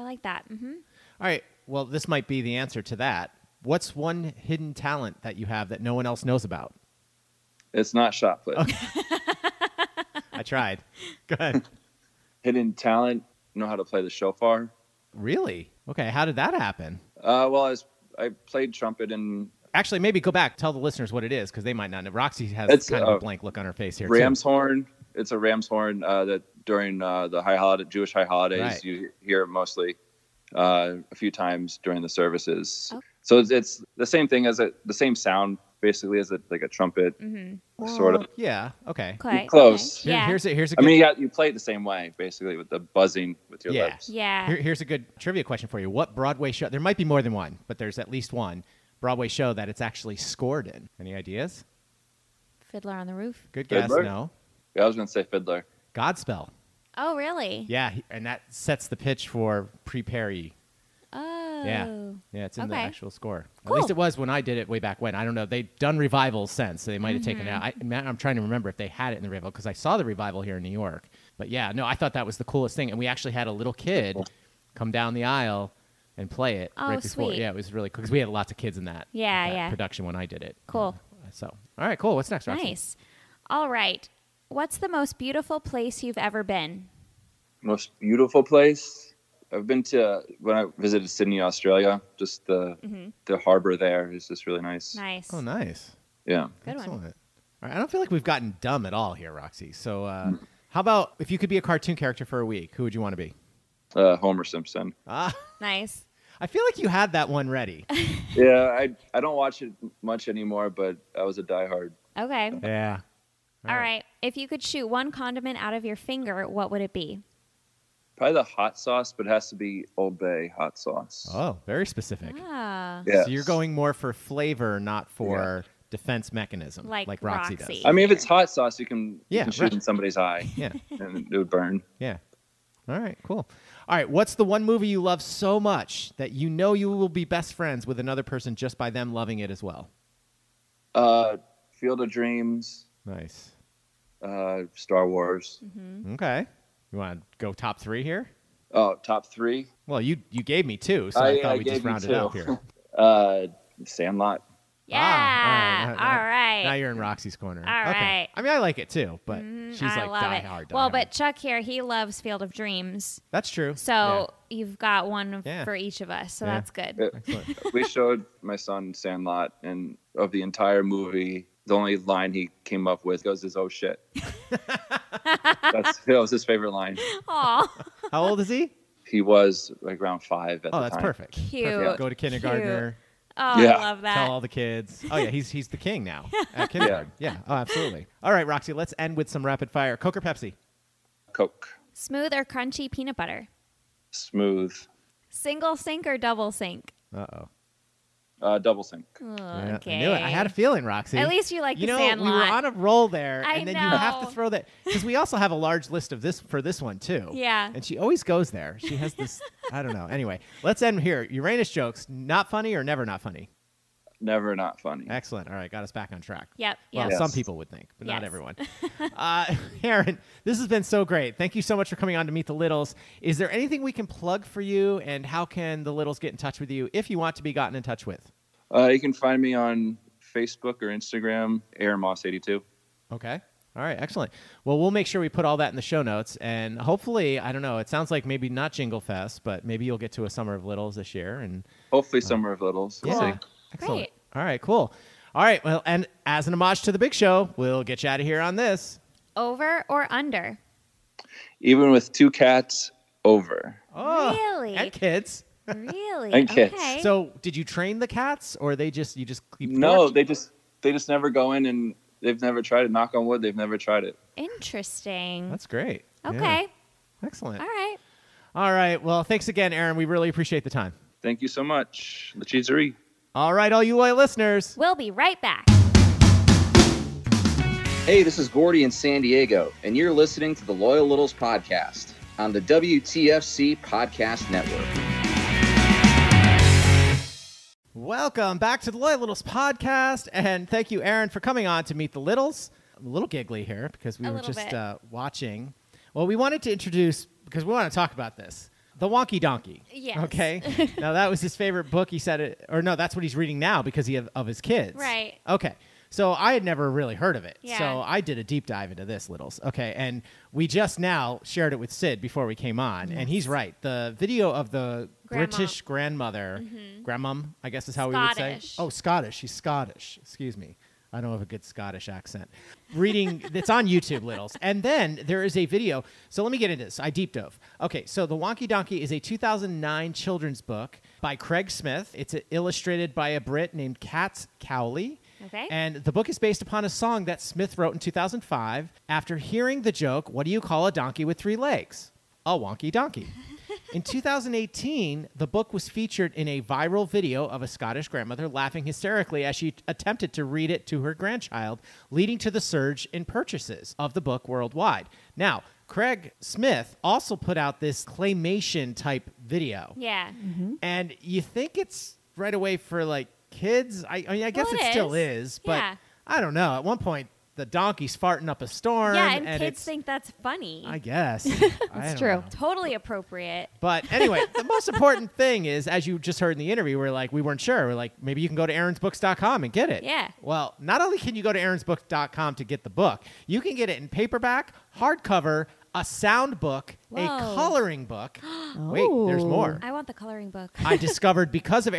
S2: like that. hmm
S4: All right. Well, this might be the answer to that. What's one hidden talent that you have that no one else knows about?
S8: It's not shot put.
S4: I
S2: [LAUGHS]
S4: tried. Go ahead.
S8: hidden talent, know how to play the shofar.
S4: Really? Okay. How did that happen?
S8: Uh, well, I, was, I played trumpet in
S4: Actually, maybe go back, tell the listeners what it is, because they might not know. Roxy has
S8: It's,
S4: kind of a
S8: uh,
S4: blank look on her face here. too.
S8: ram's horn. It's a ram's horn uh, that during uh, the high holiday, Jewish high holidays,
S4: Right.
S8: you hear mostly uh, a few times during the services.
S2: Oh.
S8: So it's, it's the same thing as a, the same sound basically as a, like a trumpet
S2: Mm-hmm.
S8: sort of.
S4: Yeah. Okay.
S2: Okay.
S8: Close.
S2: Okay. Yeah.
S4: Here's a, here's a
S8: I
S4: good,
S8: mean, you, got, you play it the same way, basically, with the buzzing with your
S4: Yeah.
S8: lips.
S2: yeah.
S4: here- here's a good trivia question for you. What Broadway show? There might be more than one, but there's at least one Broadway show that it's actually scored in. Any ideas?
S2: Fiddler on the Roof.
S4: Good guess.
S8: Fiddler?
S4: No.
S8: Yeah, I was gonna say fiddler.
S4: Godspell.
S2: Oh, really?
S4: Yeah, he- and that sets the pitch for prepare ye.
S2: Oh.
S4: Yeah. Yeah, it's in the
S2: Okay.
S4: actual score.
S2: Cool.
S4: At least it was when I did it way back when. I don't know. They've done revivals since, so they might have taken
S2: Mm-hmm.
S4: it out. I, man, I'm trying to remember if they had it in the revival because I saw the revival here in New York. But yeah, no, I thought that was the coolest thing. And we actually had a little kid come down the aisle and play it
S2: Oh,
S4: right before.
S2: sweet.
S4: Yeah, it was really cool because we had lots of kids in that,
S2: Yeah,
S4: that
S2: yeah.
S4: production when I did it. Um,
S2: Cool.
S4: So, all right, cool. What's next, Roxy?
S2: Nice. All right. What's the most beautiful place you've ever been?
S8: Most beautiful place I've been to when I visited Sydney, Australia. Just the the harbor there is just really nice.
S2: Nice.
S4: Oh, nice.
S8: Yeah.
S2: Good one.
S4: Excellent. All right, I don't feel like we've gotten dumb at all here, Roxy. So, uh,
S2: Mm.
S4: how about if you could be a cartoon character for a week, who would you want to be?
S8: Uh, Homer Simpson.
S4: Ah,
S2: Nice.
S4: I feel like you had that one
S2: [LAUGHS]
S4: ready.
S8: Yeah, I I don't watch it much anymore, but I was a diehard.
S2: Okay.
S4: yeah.
S2: All right. If you could shoot one condiment out of your finger, what would it be?
S8: Probably the hot sauce, but it has to be Old Bay hot sauce.
S4: Oh, very specific.
S2: Ah.
S8: Yeah.
S4: So you're going more for flavor, not for defense mechanism,
S2: Like
S4: Roxy,
S2: Roxy.
S4: does.
S8: I mean, if it's hot sauce, you can,
S4: Yeah,
S8: you can shoot
S4: right.
S8: in somebody's eye
S4: [LAUGHS] Yeah.
S8: and it would burn.
S4: Yeah. All right. Cool. All right. What's the one movie you love so much that you know you will be best friends with another person just by them loving it as well?
S8: Uh, Field of Dreams,
S4: Nice.
S8: uh, Star Wars.
S4: Mm-hmm.
S2: Mm-hmm.
S4: Okay. You want to go top three here?
S8: Oh, top three.
S4: Well, you you gave me two, so
S8: Oh,
S4: I,
S8: yeah,
S4: thought
S8: I
S4: we just
S8: gave you
S4: rounded up
S8: [LAUGHS] two.
S4: here.
S8: Uh, Sandlot.
S2: Yeah.
S4: Ah, all right, all right,
S2: all
S4: Now
S2: right.
S4: you're in Roxy's corner.
S2: All
S4: okay.
S2: right.
S4: I mean, I like it too, but
S2: Mm,
S4: she's like die hard. Die
S2: well,
S4: hard.
S2: but Chuck here, he loves Field of Dreams.
S4: that's true.
S2: So you've got one of-
S4: Yeah.
S2: for each of us. So
S4: Yeah.
S2: that's good.
S8: Yeah.
S4: Yeah.
S8: Uh, we showed my son Sandlot, and of the entire movie, the only line he came up with goes is
S4: [LAUGHS]
S8: "Oh shit." That's that was his favorite line.
S2: Aw,
S4: [LAUGHS]
S2: Oh,
S8: [LAUGHS]
S4: How old is he?
S8: He was like around five at
S4: Oh,
S8: the
S4: that's
S8: time.
S4: perfect.
S2: Cute.
S4: Perfect. Go to kindergartner.
S2: Oh,
S8: Yeah.
S2: I love
S4: Tell
S2: that.
S4: all the kids. Oh yeah, he's he's the king
S2: [LAUGHS]
S4: now at kindergarten. Yeah. Oh, absolutely. All right, Roxy. Let's end with some rapid fire. Coke or Pepsi?
S8: Coke,
S2: Smooth or crunchy peanut butter?
S8: smooth,
S2: Single sink or double sink?
S4: Uh oh.
S8: uh, double sync.
S2: Okay.
S4: I knew it. I had a feeling, Roxy.
S2: At least you like
S4: you
S2: the
S4: know we
S2: Sandlot.
S4: were on a roll there,
S2: I
S4: and then you have to
S2: know.
S4: throw that because we also have a large list of this for this one too.
S2: [LAUGHS] Yeah.
S4: and she always goes there. She has this. I don't know. Anyway, let's end here. Uranus jokes, not funny or never not funny.
S8: Never not funny.
S4: Excellent. All right, got us back on track.
S2: Yep.
S4: Well,
S2: Yep.
S8: Yes.
S4: some people would think, but not
S2: Yes. [LAUGHS]
S4: everyone. uh, [LAUGHS] Aaron, this has been so great. Thank you so much for coming on to Meet the Littles. Is there anything we can plug for you, and how can the Littles get in touch with you if you want to be gotten in touch with?
S8: Uh, you can find me on Facebook or Instagram, Aaron Moss eighty two.
S4: Okay. All right, excellent. Well, we'll make sure we put all that in the show notes, and hopefully, I don't know. It sounds like maybe not Jingle Fest, but maybe you'll get to a Summer of Littles this year, and
S8: Hopefully, Summer of Littles. We'll
S4: Yeah.
S8: see.
S4: Excellent.
S2: Great.
S4: All right, cool. All right, well, and as an homage to the big show, we'll get you out of here on this.
S2: Over or
S4: [LAUGHS]
S2: under?
S8: Even with two cats, over.
S4: Oh,
S2: Really?
S4: And kids.
S2: really?
S8: And kids.
S2: Okay.
S4: So, did you train the cats, or they just you just keep?
S8: No,
S4: torch-
S8: they just they just never go in, and they've never tried it. Knock on wood, they've never tried it.
S2: Interesting.
S4: That's great. Yeah.
S2: okay.
S4: Excellent.
S2: All right.
S4: All right. Well, thanks again, Aaron. We really appreciate the time.
S8: Thank you so much. La cheeserie.
S4: All right, all you loyal listeners.
S2: We'll be right back.
S9: Hey, this is Gordy in San Diego, and you're listening to the Loyal Littles podcast on the WTFC Podcast Network.
S4: Welcome back to the Loyal Littles podcast, and thank you, Aaron, for coming on to meet the Littles. I'm a little giggly here because we
S2: A
S4: were
S2: little
S4: just
S2: bit.
S4: uh, watching. Well, we wanted to introduce because we want to talk about this. The Wonky Donkey.
S2: Yes. [LAUGHS]
S4: Okay. now that was his favorite book. He said it, or no, that's what he's reading now because he of, of his kids.
S2: Right.
S4: Okay. So I had never really heard of it. So
S2: Yeah.
S4: I did a deep dive into this, Littles. Okay. And we just now shared it with Sid before we came on, and he's right. The video of the
S2: Grandma. Mm-hmm.
S4: British grandmother, grandmom, I guess is how we would say.
S2: Scottish.
S4: Oh, Scottish. She's Scottish. Excuse me. I don't have a good Scottish accent.
S2: [LAUGHS]
S4: Reading that's on YouTube, Littles. And then there is a video. So let me get into this. I deep dove. Okay, so The Wonky Donkey is a 2009 uh, children's book by Craig Smith. It's illustrated by a Brit named Katz Cowley.
S2: Okay.
S4: And the book is based upon a song that Smith wrote in 2005 after hearing the joke, What do you call a donkey with three legs? A wonky donkey. in 2018, the book was featured in a viral video of a Scottish grandmother laughing hysterically as she attempted to read it to her grandchild, leading to the surge in purchases of the book worldwide. Now, Craig Smith also put out this claymation type video
S2: yeah.
S4: and you think it's right away for like kids. I, I mean, I guess
S2: Well,
S4: it,
S2: it
S4: still
S2: is.
S4: is, but
S2: Yeah.
S4: I don't know. At one point, the donkey's farting up a storm.
S2: Yeah, and, kids
S4: it's-
S2: think that's funny.
S4: I
S2: [LAUGHS]
S4: guess that's
S5: true.
S2: totally appropriate.
S4: But anyway, the most important thing is, as you just heard in the interview, we're like, we weren't sure. We're like, maybe you can go to aaronsbooks.com and get it.
S2: Yeah.
S4: Well, not only can you go to aaronsbooks.com to get the book, you can get it in paperback, hardcover, a sound book, a
S2: Whoa.
S4: coloring
S2: [GASPS]
S4: book. Wait, there's
S5: Oh.
S4: more.
S2: I want the
S4: [LAUGHS]
S2: coloring book.
S4: I discovered because of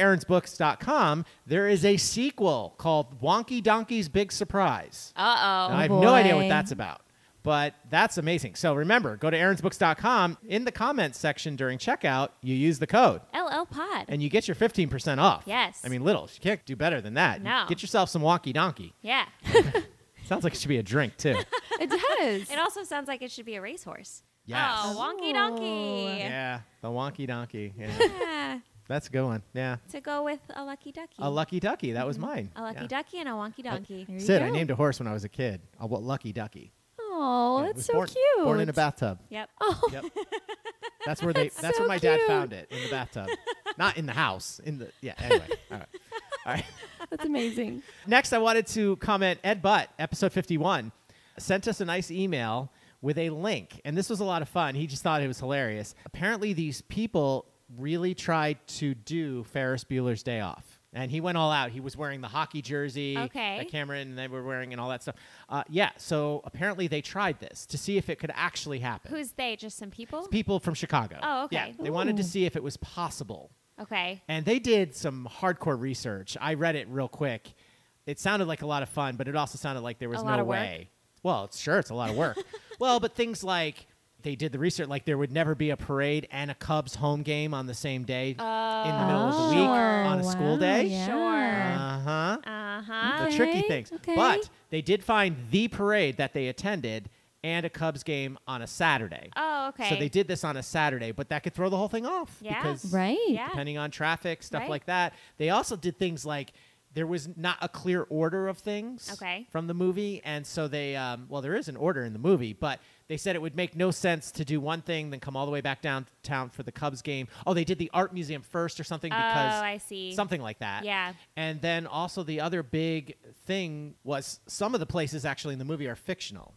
S4: aaronsbooks.com, there is a sequel called Wonky Donkey's Big Surprise.
S2: Uh
S4: Now,
S2: oh.
S4: I have no idea what
S5: boy.
S4: that's about, but that's amazing. So remember, go to aaronsbooks.com. In the comments section during checkout, you use the code
S2: LL Pod.
S4: and you get your 15% off.
S2: Yes.
S4: I mean, little. You can't do better than that. You
S2: No.
S4: Get yourself some Wonky Donkey.
S2: yeah.
S4: Sounds like it should be a drink,
S2: [LAUGHS]
S4: too.
S5: It does. [LAUGHS]
S2: It also sounds like it should be a racehorse.
S4: Yes.
S2: Oh, wonky donkey.
S4: yeah. The Wonky Donkey. Yeah.
S2: [LAUGHS] Yeah.
S4: that's a good one. Yeah.
S2: To go with a lucky ducky.
S4: A Lucky Ducky. That was mine.
S2: Mm-hmm. A lucky
S4: Yeah.
S2: ducky and a wonky donkey.
S5: There you
S4: Sid, I
S5: go.
S4: named a horse when I was a kid. A what lucky ducky.
S5: Oh,
S4: Yeah, it
S5: that's
S4: was
S5: so
S4: born,
S5: cute.
S4: Born in a bathtub.
S2: Yep. [LAUGHS] Oh,
S4: Yep. That's where they. That's,
S5: so
S4: where my dad
S5: cute.
S4: found it in the bathtub, not in the house. In the yeah. Anyway, all right. All right.
S5: That's amazing.
S4: Next, I wanted to comment. Ed Butt, episode fifty-one, sent us a nice email with a link, and this was a lot of fun. He just thought it was hilarious. Apparently, these people really tried to do Ferris Bueller's Day Off, and he went all out. He was wearing the hockey jersey
S2: Okay.
S4: that Cameron and they were wearing, and all that stuff. Uh, yeah. So apparently, they tried this to see if it could actually happen.
S2: Who's they? Just some people?
S4: people from Chicago.
S2: Oh, okay.
S4: Yeah, they wanted to
S5: Ooh.
S4: see if it was possible.
S2: Okay.
S4: And they did some hardcore research. I read it real quick. It sounded like a lot of fun, but it also sounded like there was
S2: A
S4: no
S2: lot of work?
S4: way. Well, it's, sure, it's a lot of
S2: [LAUGHS]
S4: work. well, but things like they did the research, like there would never be a parade and a Cubs home game on the same day in the middle of the week
S2: Oh,
S4: on a school day.
S2: Sure.
S4: Uh huh
S2: Uh huh.
S4: the tricky
S5: Okay,
S4: things.
S5: okay.
S4: But they did find the parade that they attended and a Cubs game on a Saturday.
S2: Oh, okay.
S4: So they did this on a Saturday, but that could throw the whole thing off
S2: Yeah.
S4: because
S5: Right.
S2: Yeah.
S4: depending on traffic, stuff
S2: Right.
S4: like that. They also did things like there was not a clear order of things
S2: Okay.
S4: from the movie, and so they um, well, there is an order in the movie, but they said it would make no sense to do one thing, then come all the way back downtown for the Cubs game. Oh, they did the art museum first or something
S2: Oh,
S4: because
S2: I see.
S4: something like that.
S2: Yeah.
S4: And then also the other big thing was some of the places actually in the movie are fictional.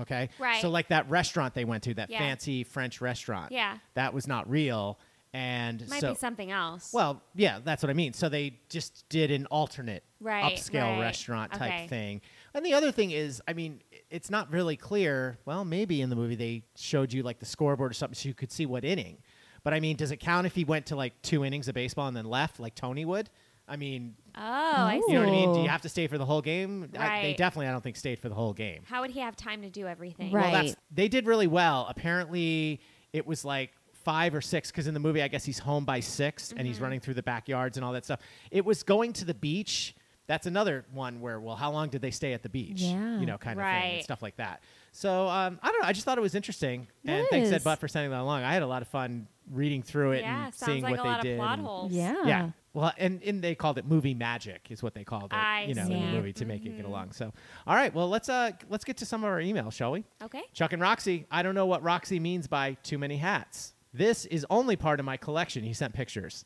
S4: Okay.
S2: Right.
S4: So like that restaurant they went to, that
S2: Yeah.
S4: fancy French restaurant.
S2: Yeah.
S4: That was not real. And
S2: Might
S4: so
S2: be something else.
S4: well, yeah, that's what I mean. So they just did an alternate
S2: Right,
S4: upscale
S2: right.
S4: restaurant type
S2: Okay.
S4: thing. And the other thing is, I mean, i- it's not really clear. Well, maybe in the movie they showed you like the scoreboard or something so you could see what inning. But I mean, does it count if he went to like two innings of baseball and then left like Tony would? I mean,
S2: oh, I
S4: you
S2: see.
S4: know what I mean? Do you
S5: Ooh.
S4: have to stay for the whole game? I, they
S2: Right.
S4: definitely, I don't think, stayed for the whole game.
S2: How would he have time to do everything?
S5: Right.
S4: Well, that's, they did really well. Apparently, it was like five or six because in the movie, I guess he's home by 6 and
S2: Mm-hmm.
S4: he's running through the backyards and all that stuff. It was going to the beach. That's another one where, well, how long did they stay at the beach?
S5: Yeah.
S4: You know, kind of thing and
S2: Right.
S4: stuff like that. So um, I don't know. I just thought it was interesting. And thanks, Ed
S5: Yes.
S4: Butt, for sending that along. I had a lot of fun reading through it
S2: Yeah,
S4: and
S2: sounds
S4: seeing
S2: like
S4: what
S2: a
S4: they
S2: lot
S4: did.
S2: of plot
S4: and-
S2: holes.
S5: Yeah.
S4: yeah. Well, and, and they called it movie magic is what they called it,
S2: I Mm-hmm.
S4: you know, in
S5: see.
S4: the movie to make it get along. So, all right, well, let's uh let's get to some of our emails, shall we?
S2: Okay. [LAUGHS]
S4: Chuck and Roxy, I don't know what Roxy means by too many hats. This is only part of my collection. He sent pictures.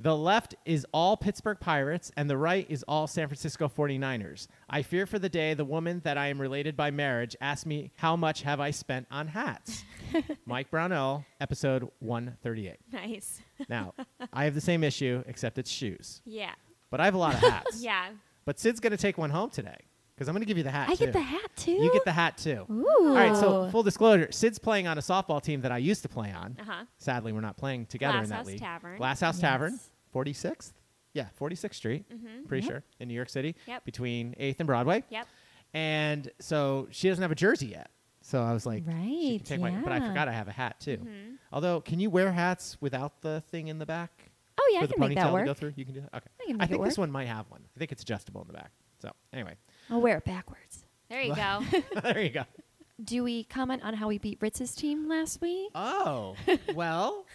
S4: The left is all Pittsburgh Pirates and the right is all San Francisco 49ers. I fear for the day the woman that I am related by marriage asks me how much have I spent on hats.
S5: [LAUGHS]
S4: Mike Brownell, episode 138.
S2: Nice.
S4: Now, I have the same issue except it's shoes.
S2: Yeah.
S4: But I have
S5: [LAUGHS]
S4: a lot of hats.
S2: Yeah.
S4: But Sid's going to take one home today because I'm going to give you the hat.
S5: I
S4: too.
S5: get the hat too.
S4: You get the hat too.
S5: Ooh.
S4: All right, so full disclosure, Sid's playing on a softball team that I used to play on.
S2: Uh-huh.
S4: Sadly, we're not playing together in
S2: Glass
S4: that
S2: House
S4: league.
S2: Tavern.
S4: Glass House
S5: Yes. Mm-hmm.
S4: Tavern, 46th. Yeah, 46th Street, pretty sure, in New York City,
S2: Yep.
S4: between 8th and Broadway.
S2: Yep.
S4: And so she doesn't have a jersey yet. So I was like, she
S5: Right,
S4: can take my, but I
S5: yeah. Mm-hmm.
S4: forgot I have a hat too. Although, can you wear hats without the thing in the back?
S5: oh yeah, I
S4: for the
S5: can make
S4: ponytail
S5: that
S4: to go
S5: work.
S4: through? You can do that? Okay.
S5: I can make it
S4: think this
S5: work.
S4: one might have one. I think it's adjustable in the back. So
S5: [LAUGHS]
S4: anyway, [LAUGHS]
S5: I'll wear it backwards.
S2: There you go.
S4: there you go.
S5: Do we comment on how we beat Ritz's team last week? [LAUGHS]
S4: Oh, well,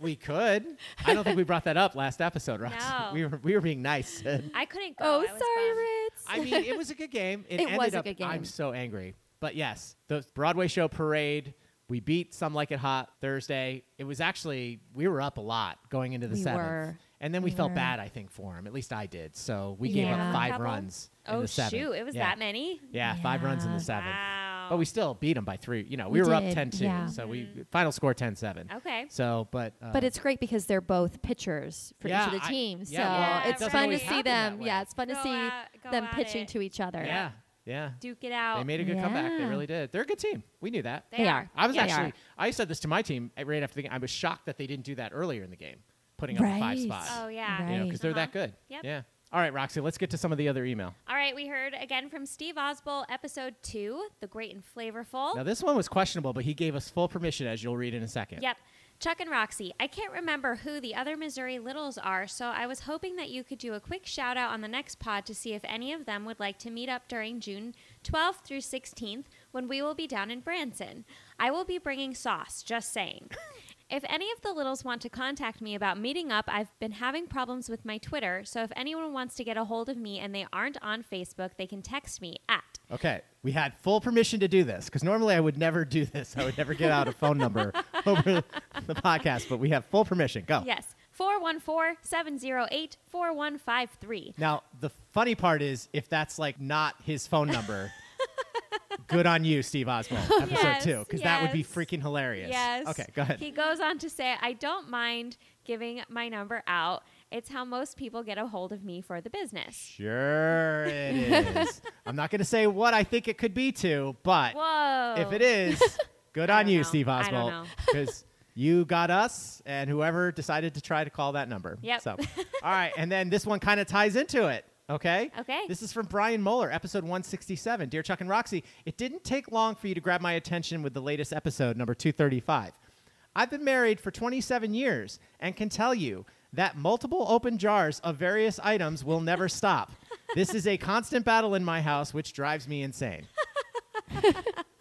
S4: we could. I don't think we brought that up last episode, Rox.
S2: No.
S4: We, were, we were being nice. [LAUGHS] Sid.
S2: I couldn't go.
S5: oh,
S2: I was bummed.
S5: sorry,
S4: I
S5: Ritz.
S4: mean, it was a good game.
S5: [LAUGHS]
S4: It,
S5: It
S4: ended
S5: was a
S4: up-
S5: good game.
S4: I'm so angry. But yes, the Broadway show parade. We beat Some Like It Hot Thursday. It was actually we were up a lot going into the
S5: We
S4: seventh,
S5: were.
S4: and then we,
S5: We
S4: felt
S5: were.
S4: bad. I think for him, at least I did. So we gave
S5: Yeah.
S4: up five
S2: Couple?
S4: runs. in
S2: Oh
S4: the seventh.
S2: shoot! It was
S4: Yeah.
S2: that many.
S4: Yeah, five runs in
S5: Yeah.
S4: the seventh.
S2: Wow.
S4: But we still beat them by three. You know, we,
S5: We
S4: were up
S5: did,
S4: 10 2.
S5: yeah.
S4: So we final score 10 7.
S2: Okay.
S4: So, but. Uh,
S5: but it's great because they're both pitchers for
S4: Yeah,
S5: each of the
S4: I-
S5: teams.
S4: yeah,
S2: well,
S5: so
S2: it
S5: it's
S2: doesn't
S5: fun to
S2: always
S5: see
S4: happen that
S5: them.
S4: way.
S5: Yeah, it's fun to
S2: Go
S5: see
S2: at- go
S5: them
S2: at
S5: pitching
S2: it.
S5: to each other.
S4: Yeah. Yeah.
S2: duke it out.
S4: They made a good comeback. They
S5: Yeah.
S4: really did. They're a good team. We knew that.
S5: They are.
S4: I was
S5: Yeah. They
S4: actually,
S5: are.
S4: I said this to my team uh, right after the game. I was shocked that they didn't do that earlier in the game, putting up a five
S5: Right.
S4: spot.
S2: Oh yeah.
S5: Right.
S4: You know, because they're that
S2: Uh-huh.
S4: good.
S2: Yep.
S4: Yeah. All right, Roxy, let's get to some of the other email.
S2: All right, we heard again from Steve Osbol, episode two, the great and
S5: Oh.
S2: flavorful.
S4: Now, this one was questionable, but he gave us full permission, as you'll read in a second.
S2: Yep. Chuck and Roxy, I can't remember who the other Missouri Littles are, so I was hoping that you could do a quick shout out on the next pod to see if any of them would like to meet up during June 12th through 16th when we will be down in Branson. I will be bringing sauce, just saying. If any of the littles want to contact me about meeting up, I've been having problems with my Twitter, so if anyone wants to get a hold of me and they aren't on Facebook, they can text me at
S4: Okay, we had full permission to do this because normally I would never do this. I would never give out a phone number [LAUGHS] over the podcast, but we have full permission. Go.
S2: yes, 414-708-4153.
S4: Now, the funny part is if that's like not his phone
S2: [LAUGHS]
S4: number, good on you, Steve Oswald, episode
S2: Yes,
S4: two, because that would be
S2: yes.
S4: freaking hilarious.
S2: Yes.
S4: Okay, go ahead.
S2: He goes on to say, I don't mind giving my number out. It's how most people get a hold of me for the business.
S4: sure,
S2: [LAUGHS]
S4: it is. I'm not going to say what I think it could be to, but
S2: Whoa.
S4: if it
S2: [LAUGHS]
S4: is, good
S2: I
S4: on
S2: don't
S4: you,
S2: know. [LAUGHS]
S4: Steve
S2: I don't
S4: Oswald, because you got us and whoever decided to try to call that number.
S2: Yep. [LAUGHS]
S4: So, all right, and then this one kind of ties into it. Okay.
S2: Okay.
S4: This is from Brian Moeller, episode 167. Dear Chuck and Roxy, it didn't take long for you to grab my attention with the latest episode, number 235. I've been married for 27 years and can tell you that multiple open jars of various items will never stop. This is a constant battle in my house, which drives me insane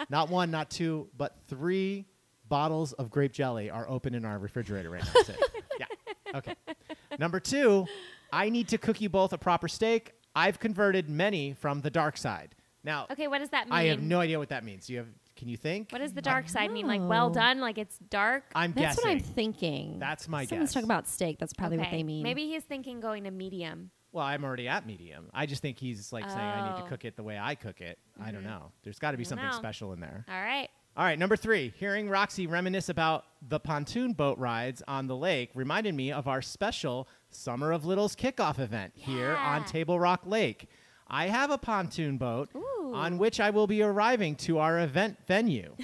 S4: not one, not two, but three bottles of grape jelly are open in our refrigerator right now. That's it. yeah. Okay. Number two, I need to cook you both a proper steak. I've converted many from the dark side. Now,
S2: okay, what does that mean?
S4: I have no Oh. idea what that means. You have? Can you think?
S2: what does the dark side mean? Like well
S5: No.
S2: done, like it's dark.
S4: I'm
S5: That's
S4: guessing.
S5: what I'm thinking.
S4: That's my
S5: Someone's
S4: guess.
S5: talking about steak. That's probably what
S2: Okay.
S5: they mean.
S2: Maybe he's thinking going to medium.
S4: well, I'm already at medium. I just think he's like saying I need
S2: Oh. Mm-hmm.
S4: to cook it the way I cook it. I don't know. There's got to be
S2: don't
S4: something
S2: know.
S4: special in there.
S2: All right.
S4: All right, number three. Hearing Roxy reminisce about the pontoon boat rides on the lake reminded me of our special Summer of Littles kickoff event here
S2: Yeah.
S4: on Table Rock Lake. I have a pontoon boat
S2: Ooh.
S4: on which I will be arriving to our event venue.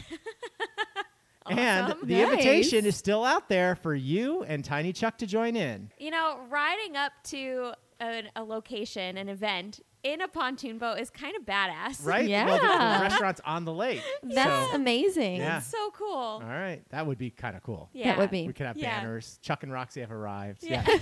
S4: And the
S5: Nice.
S4: invitation is still out there for you and Tiny Chuck to join in.
S2: You know, riding up to an, a location, an event in a pontoon boat is kind of badass.
S4: Right? Well, the, the restaurant's on the lake.
S5: That's
S4: so,
S5: amazing.
S4: Yeah.
S2: It's [LAUGHS] so cool.
S4: All right. That would be kind of cool.
S2: Yeah.
S5: That would be.
S4: We could have
S2: Yeah.
S4: banners. Chuck and Roxy have arrived.
S2: Yeah.
S4: Yeah.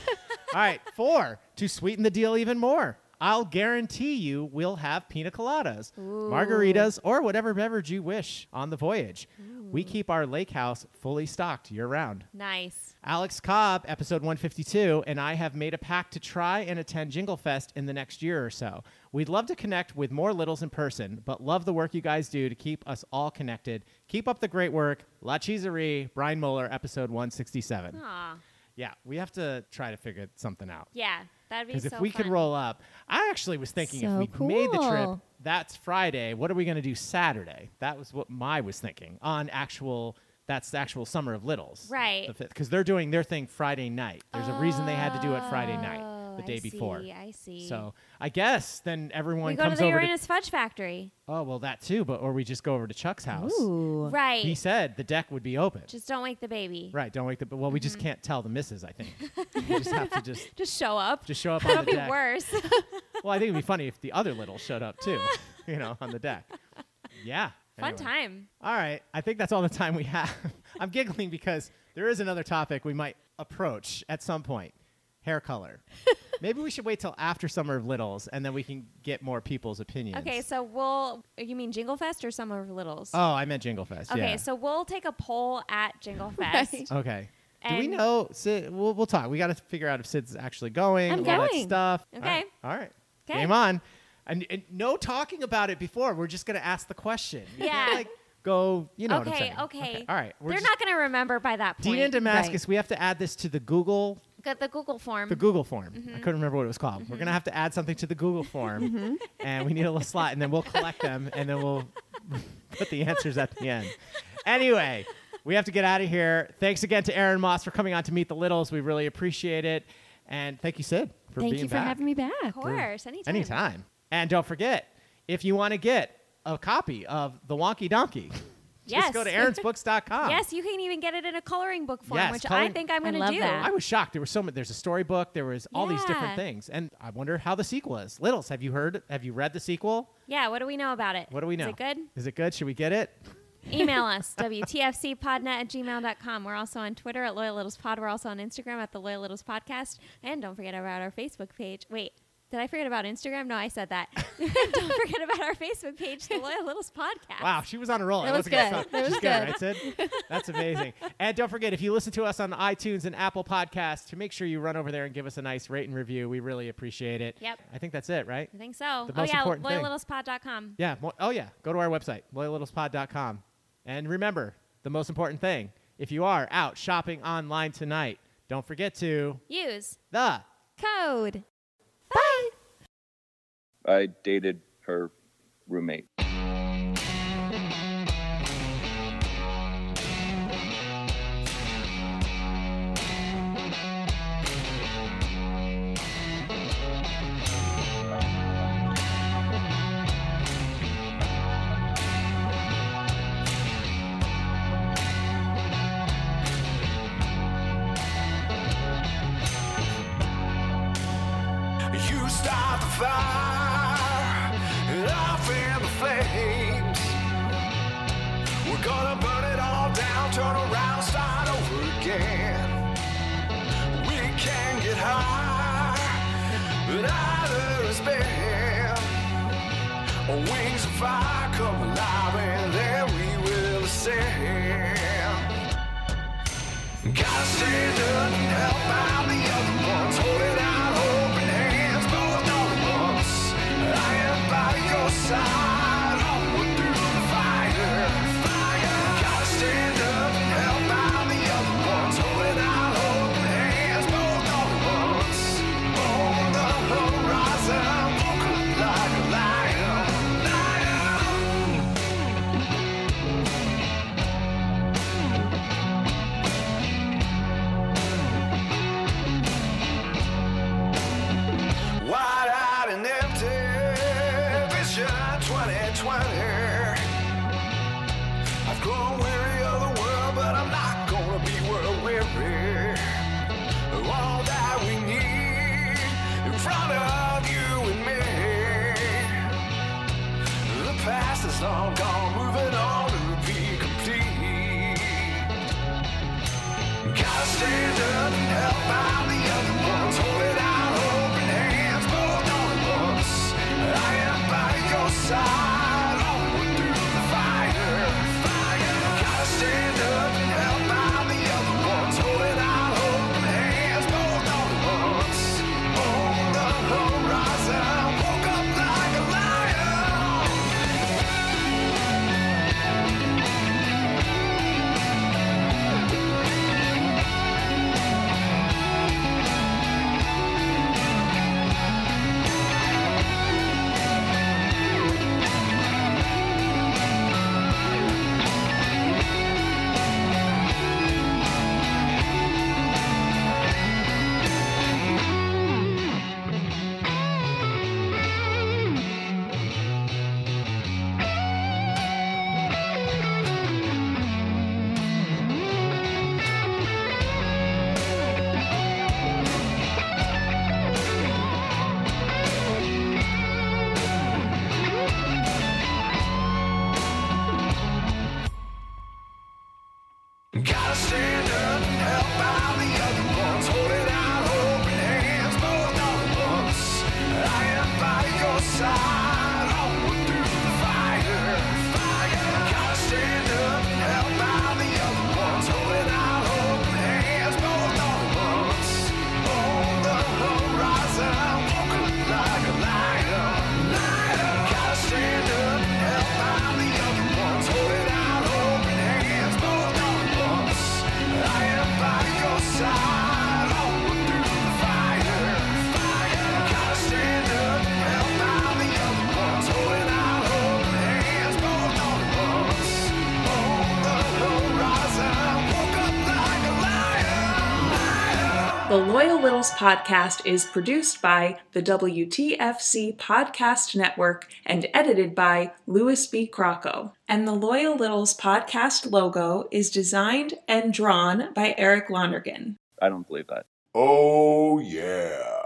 S4: All right. Four, to sweeten the deal even more, I'll guarantee you we'll have pina coladas, margaritas, or whatever beverage you wish on the voyage. We keep our lake house fully stocked year round.
S2: Nice.
S4: Alex Cobb, episode 152, and I have made a pact to try and attend Jingle Fest in the next year or so. We'd love to connect with more littles in person, but love the work you guys do to keep us all connected. Keep up the great work. La Cheeserie, Brian Moeller, episode 167.
S2: Aw.
S4: Yeah, we have to try to figure something out.
S2: Yeah. That'd be
S4: Because
S2: so
S4: if we
S2: fun.
S4: could roll up, I actually was thinking
S5: So
S4: if we made the trip,
S5: cool.
S4: that's Friday. What are we going to do Saturday? That was what my was thinking on actual. That's the actual summer of littles,
S2: Right.
S4: Because they're doing their thing Friday night. There's a reason they had to do it Friday night,
S2: Oh,
S4: the day
S2: I
S4: before.
S2: see, I see.
S4: So I guess then everyone
S2: we go to
S4: comes
S2: the
S4: over.
S2: Uranus Fudge Factory.
S4: to, oh well, that too. But or we just go over to Chuck's house.
S5: Ooh.
S2: Right.
S4: He said the deck would be open.
S2: Just Mm-hmm. don't wake the baby.
S4: right. Don't wake the. Well, we just can't tell the missus. I
S2: [LAUGHS]
S4: think we just have to just
S2: Just show up. [LAUGHS]
S4: just show up on
S2: That'll
S4: the
S2: be
S4: deck. [LAUGHS]
S2: worse.
S4: Well, I think it'd be funny if the other little showed up too, you know, on the deck. Yeah.
S2: Fun
S4: Anyway.
S2: time.
S4: All right. I think that's all the time [LAUGHS] we have. I'm giggling because there is another topic we might approach at some point. hair
S2: [LAUGHS]
S4: color. Maybe we should wait till after Summer of Littles, and then we can get more people's opinions.
S2: Okay, so we'll. You mean Jingle Fest or Summer of Littles?
S4: oh, I meant Jingle Fest.
S2: okay,
S4: yeah. Oh,
S2: so we'll take a poll at Jingle
S4: [LAUGHS]
S2: Fest.
S4: Okay. Do we
S2: And-
S4: know? Sid, we'll, we'll talk. We got to figure out if Sid's actually going.
S5: I'm
S4: all that
S5: going.
S4: stuff.
S2: Okay.
S4: All right. All right.
S2: Okay.
S4: Game on. And, and no talking about it before. We're just gonna ask the question. You can't,
S2: Yeah.
S4: like go. You know what I'm
S2: okay,
S4: saying.
S2: okay,
S4: All right. We're
S2: They're
S4: just-
S2: not going to remember by that point.
S4: Dina and Damascus. We have to add this to the Google
S2: Got the Google form.
S4: the Google form.
S5: Mm-hmm.
S4: I couldn't remember what it was called. We're gonna have to add something to the Google form, and we need a little slot, and then we'll collect them, and then we'll [LAUGHS] put the answers at the end. Anyway, we have to get out of here. Thanks again to Aaron Moss for coming on to meet the Littles. We really appreciate it, and thank you, Sid, for
S5: Thank
S4: being
S5: you for
S4: back.
S5: having me back.
S2: of course, anytime.
S4: Anytime. And don't forget, if you want to get a copy of The Wonky Donkey, [LAUGHS] just
S2: Yes.
S4: go to
S2: [LAUGHS]
S4: aaronsbooks.com.
S2: Yes, you can even get it in a coloring book form,
S4: Yes,
S2: which
S4: coloring-
S2: I think I'm
S5: I
S2: going to
S5: love
S2: do.
S5: that.
S4: I was shocked. There was so much. There's a storybook. There was all these different
S2: Yeah.
S4: things, and I wonder how the sequel is. Littles, have you heard? Have you read the sequel?
S2: Yeah, what do we know about it?
S4: What do we know?
S2: Is it good?
S4: Is it good? Should we get it?
S2: Email us, WTFCpodnet at gmail.com. We're also on Twitter at Loyal Littles Pod. We're also on Instagram at The Loyal Littles Podcast. And don't forget about our Facebook page. Wait, did I forget about Instagram? No, I said
S4: [LAUGHS]
S2: that. [LAUGHS] don't forget about our Facebook page, The Loyal Littles Podcast.
S4: Wow, she was on a roll.
S5: That
S4: I
S5: was
S4: wasn't gonna
S5: good.
S4: stop.
S5: That
S4: She's
S5: was
S4: good, right, Sid? That's
S2: [LAUGHS]
S4: amazing. and don't forget, if you listen to us on iTunes and Apple Podcasts, to make sure you run over there and give us a nice rate and review. We really appreciate it.
S2: Yep.
S4: I think that's it, right?
S2: I think so.
S4: The
S2: oh,
S4: most
S2: yeah,
S4: important thing.
S2: loyallittlespod.com.
S4: Yeah. Mo- oh, yeah. Go to our website, loyallittlespod.com. And remember, the most important thing if you are out shopping online tonight, don't forget to
S2: Use
S4: the
S2: code.
S8: I dated her roommate.
S6: You start the fire, off in the flames. We're gonna burn it all down, turn around, start over again. We can get high, but either is bad. Wings of fire come alive, and then we will ascend. Gotta say it doesn't help out the other ones Holding out open hands, both all at once I am by your side, onward through the fire Fire Gotta stand up and help out the other ones Holding out open hands, both all at once On the horizon, woke up like a lion Lion Wide eyed and empty, vision 2020. I've grown weary of the world, but I'm not gonna be world weary. All that we need in front of you and me. The past is long gone, moving on to be complete. Gotta stand up and help out the other ones. Holding out open hands, both all at once. I am by your side, onward through the fire. Fire. Gotta stand up and help out the other ones. Holding out open hands, both all at once. On the horizon, woke up like a lion. side, hold through the fire. Gotta stand up, held by the other ones, holding out open hands, both on once. On the horizon, walking like a lion. Lion. Gotta stand up, held by the other ones, holding out open hands, both on once. I am by your side, hold through the fire. Gotta stand up, held by the other ones, holding out open hands, both on once. On the horizon, woke up like a lion.
S1: The Loyal Littles podcast is produced by the WTFC Podcast Network and edited by Louis B. Crocco. And the Loyal Littles podcast logo is designed and drawn by Eric Lonergan.
S8: I don't believe that.
S6: Oh yeah.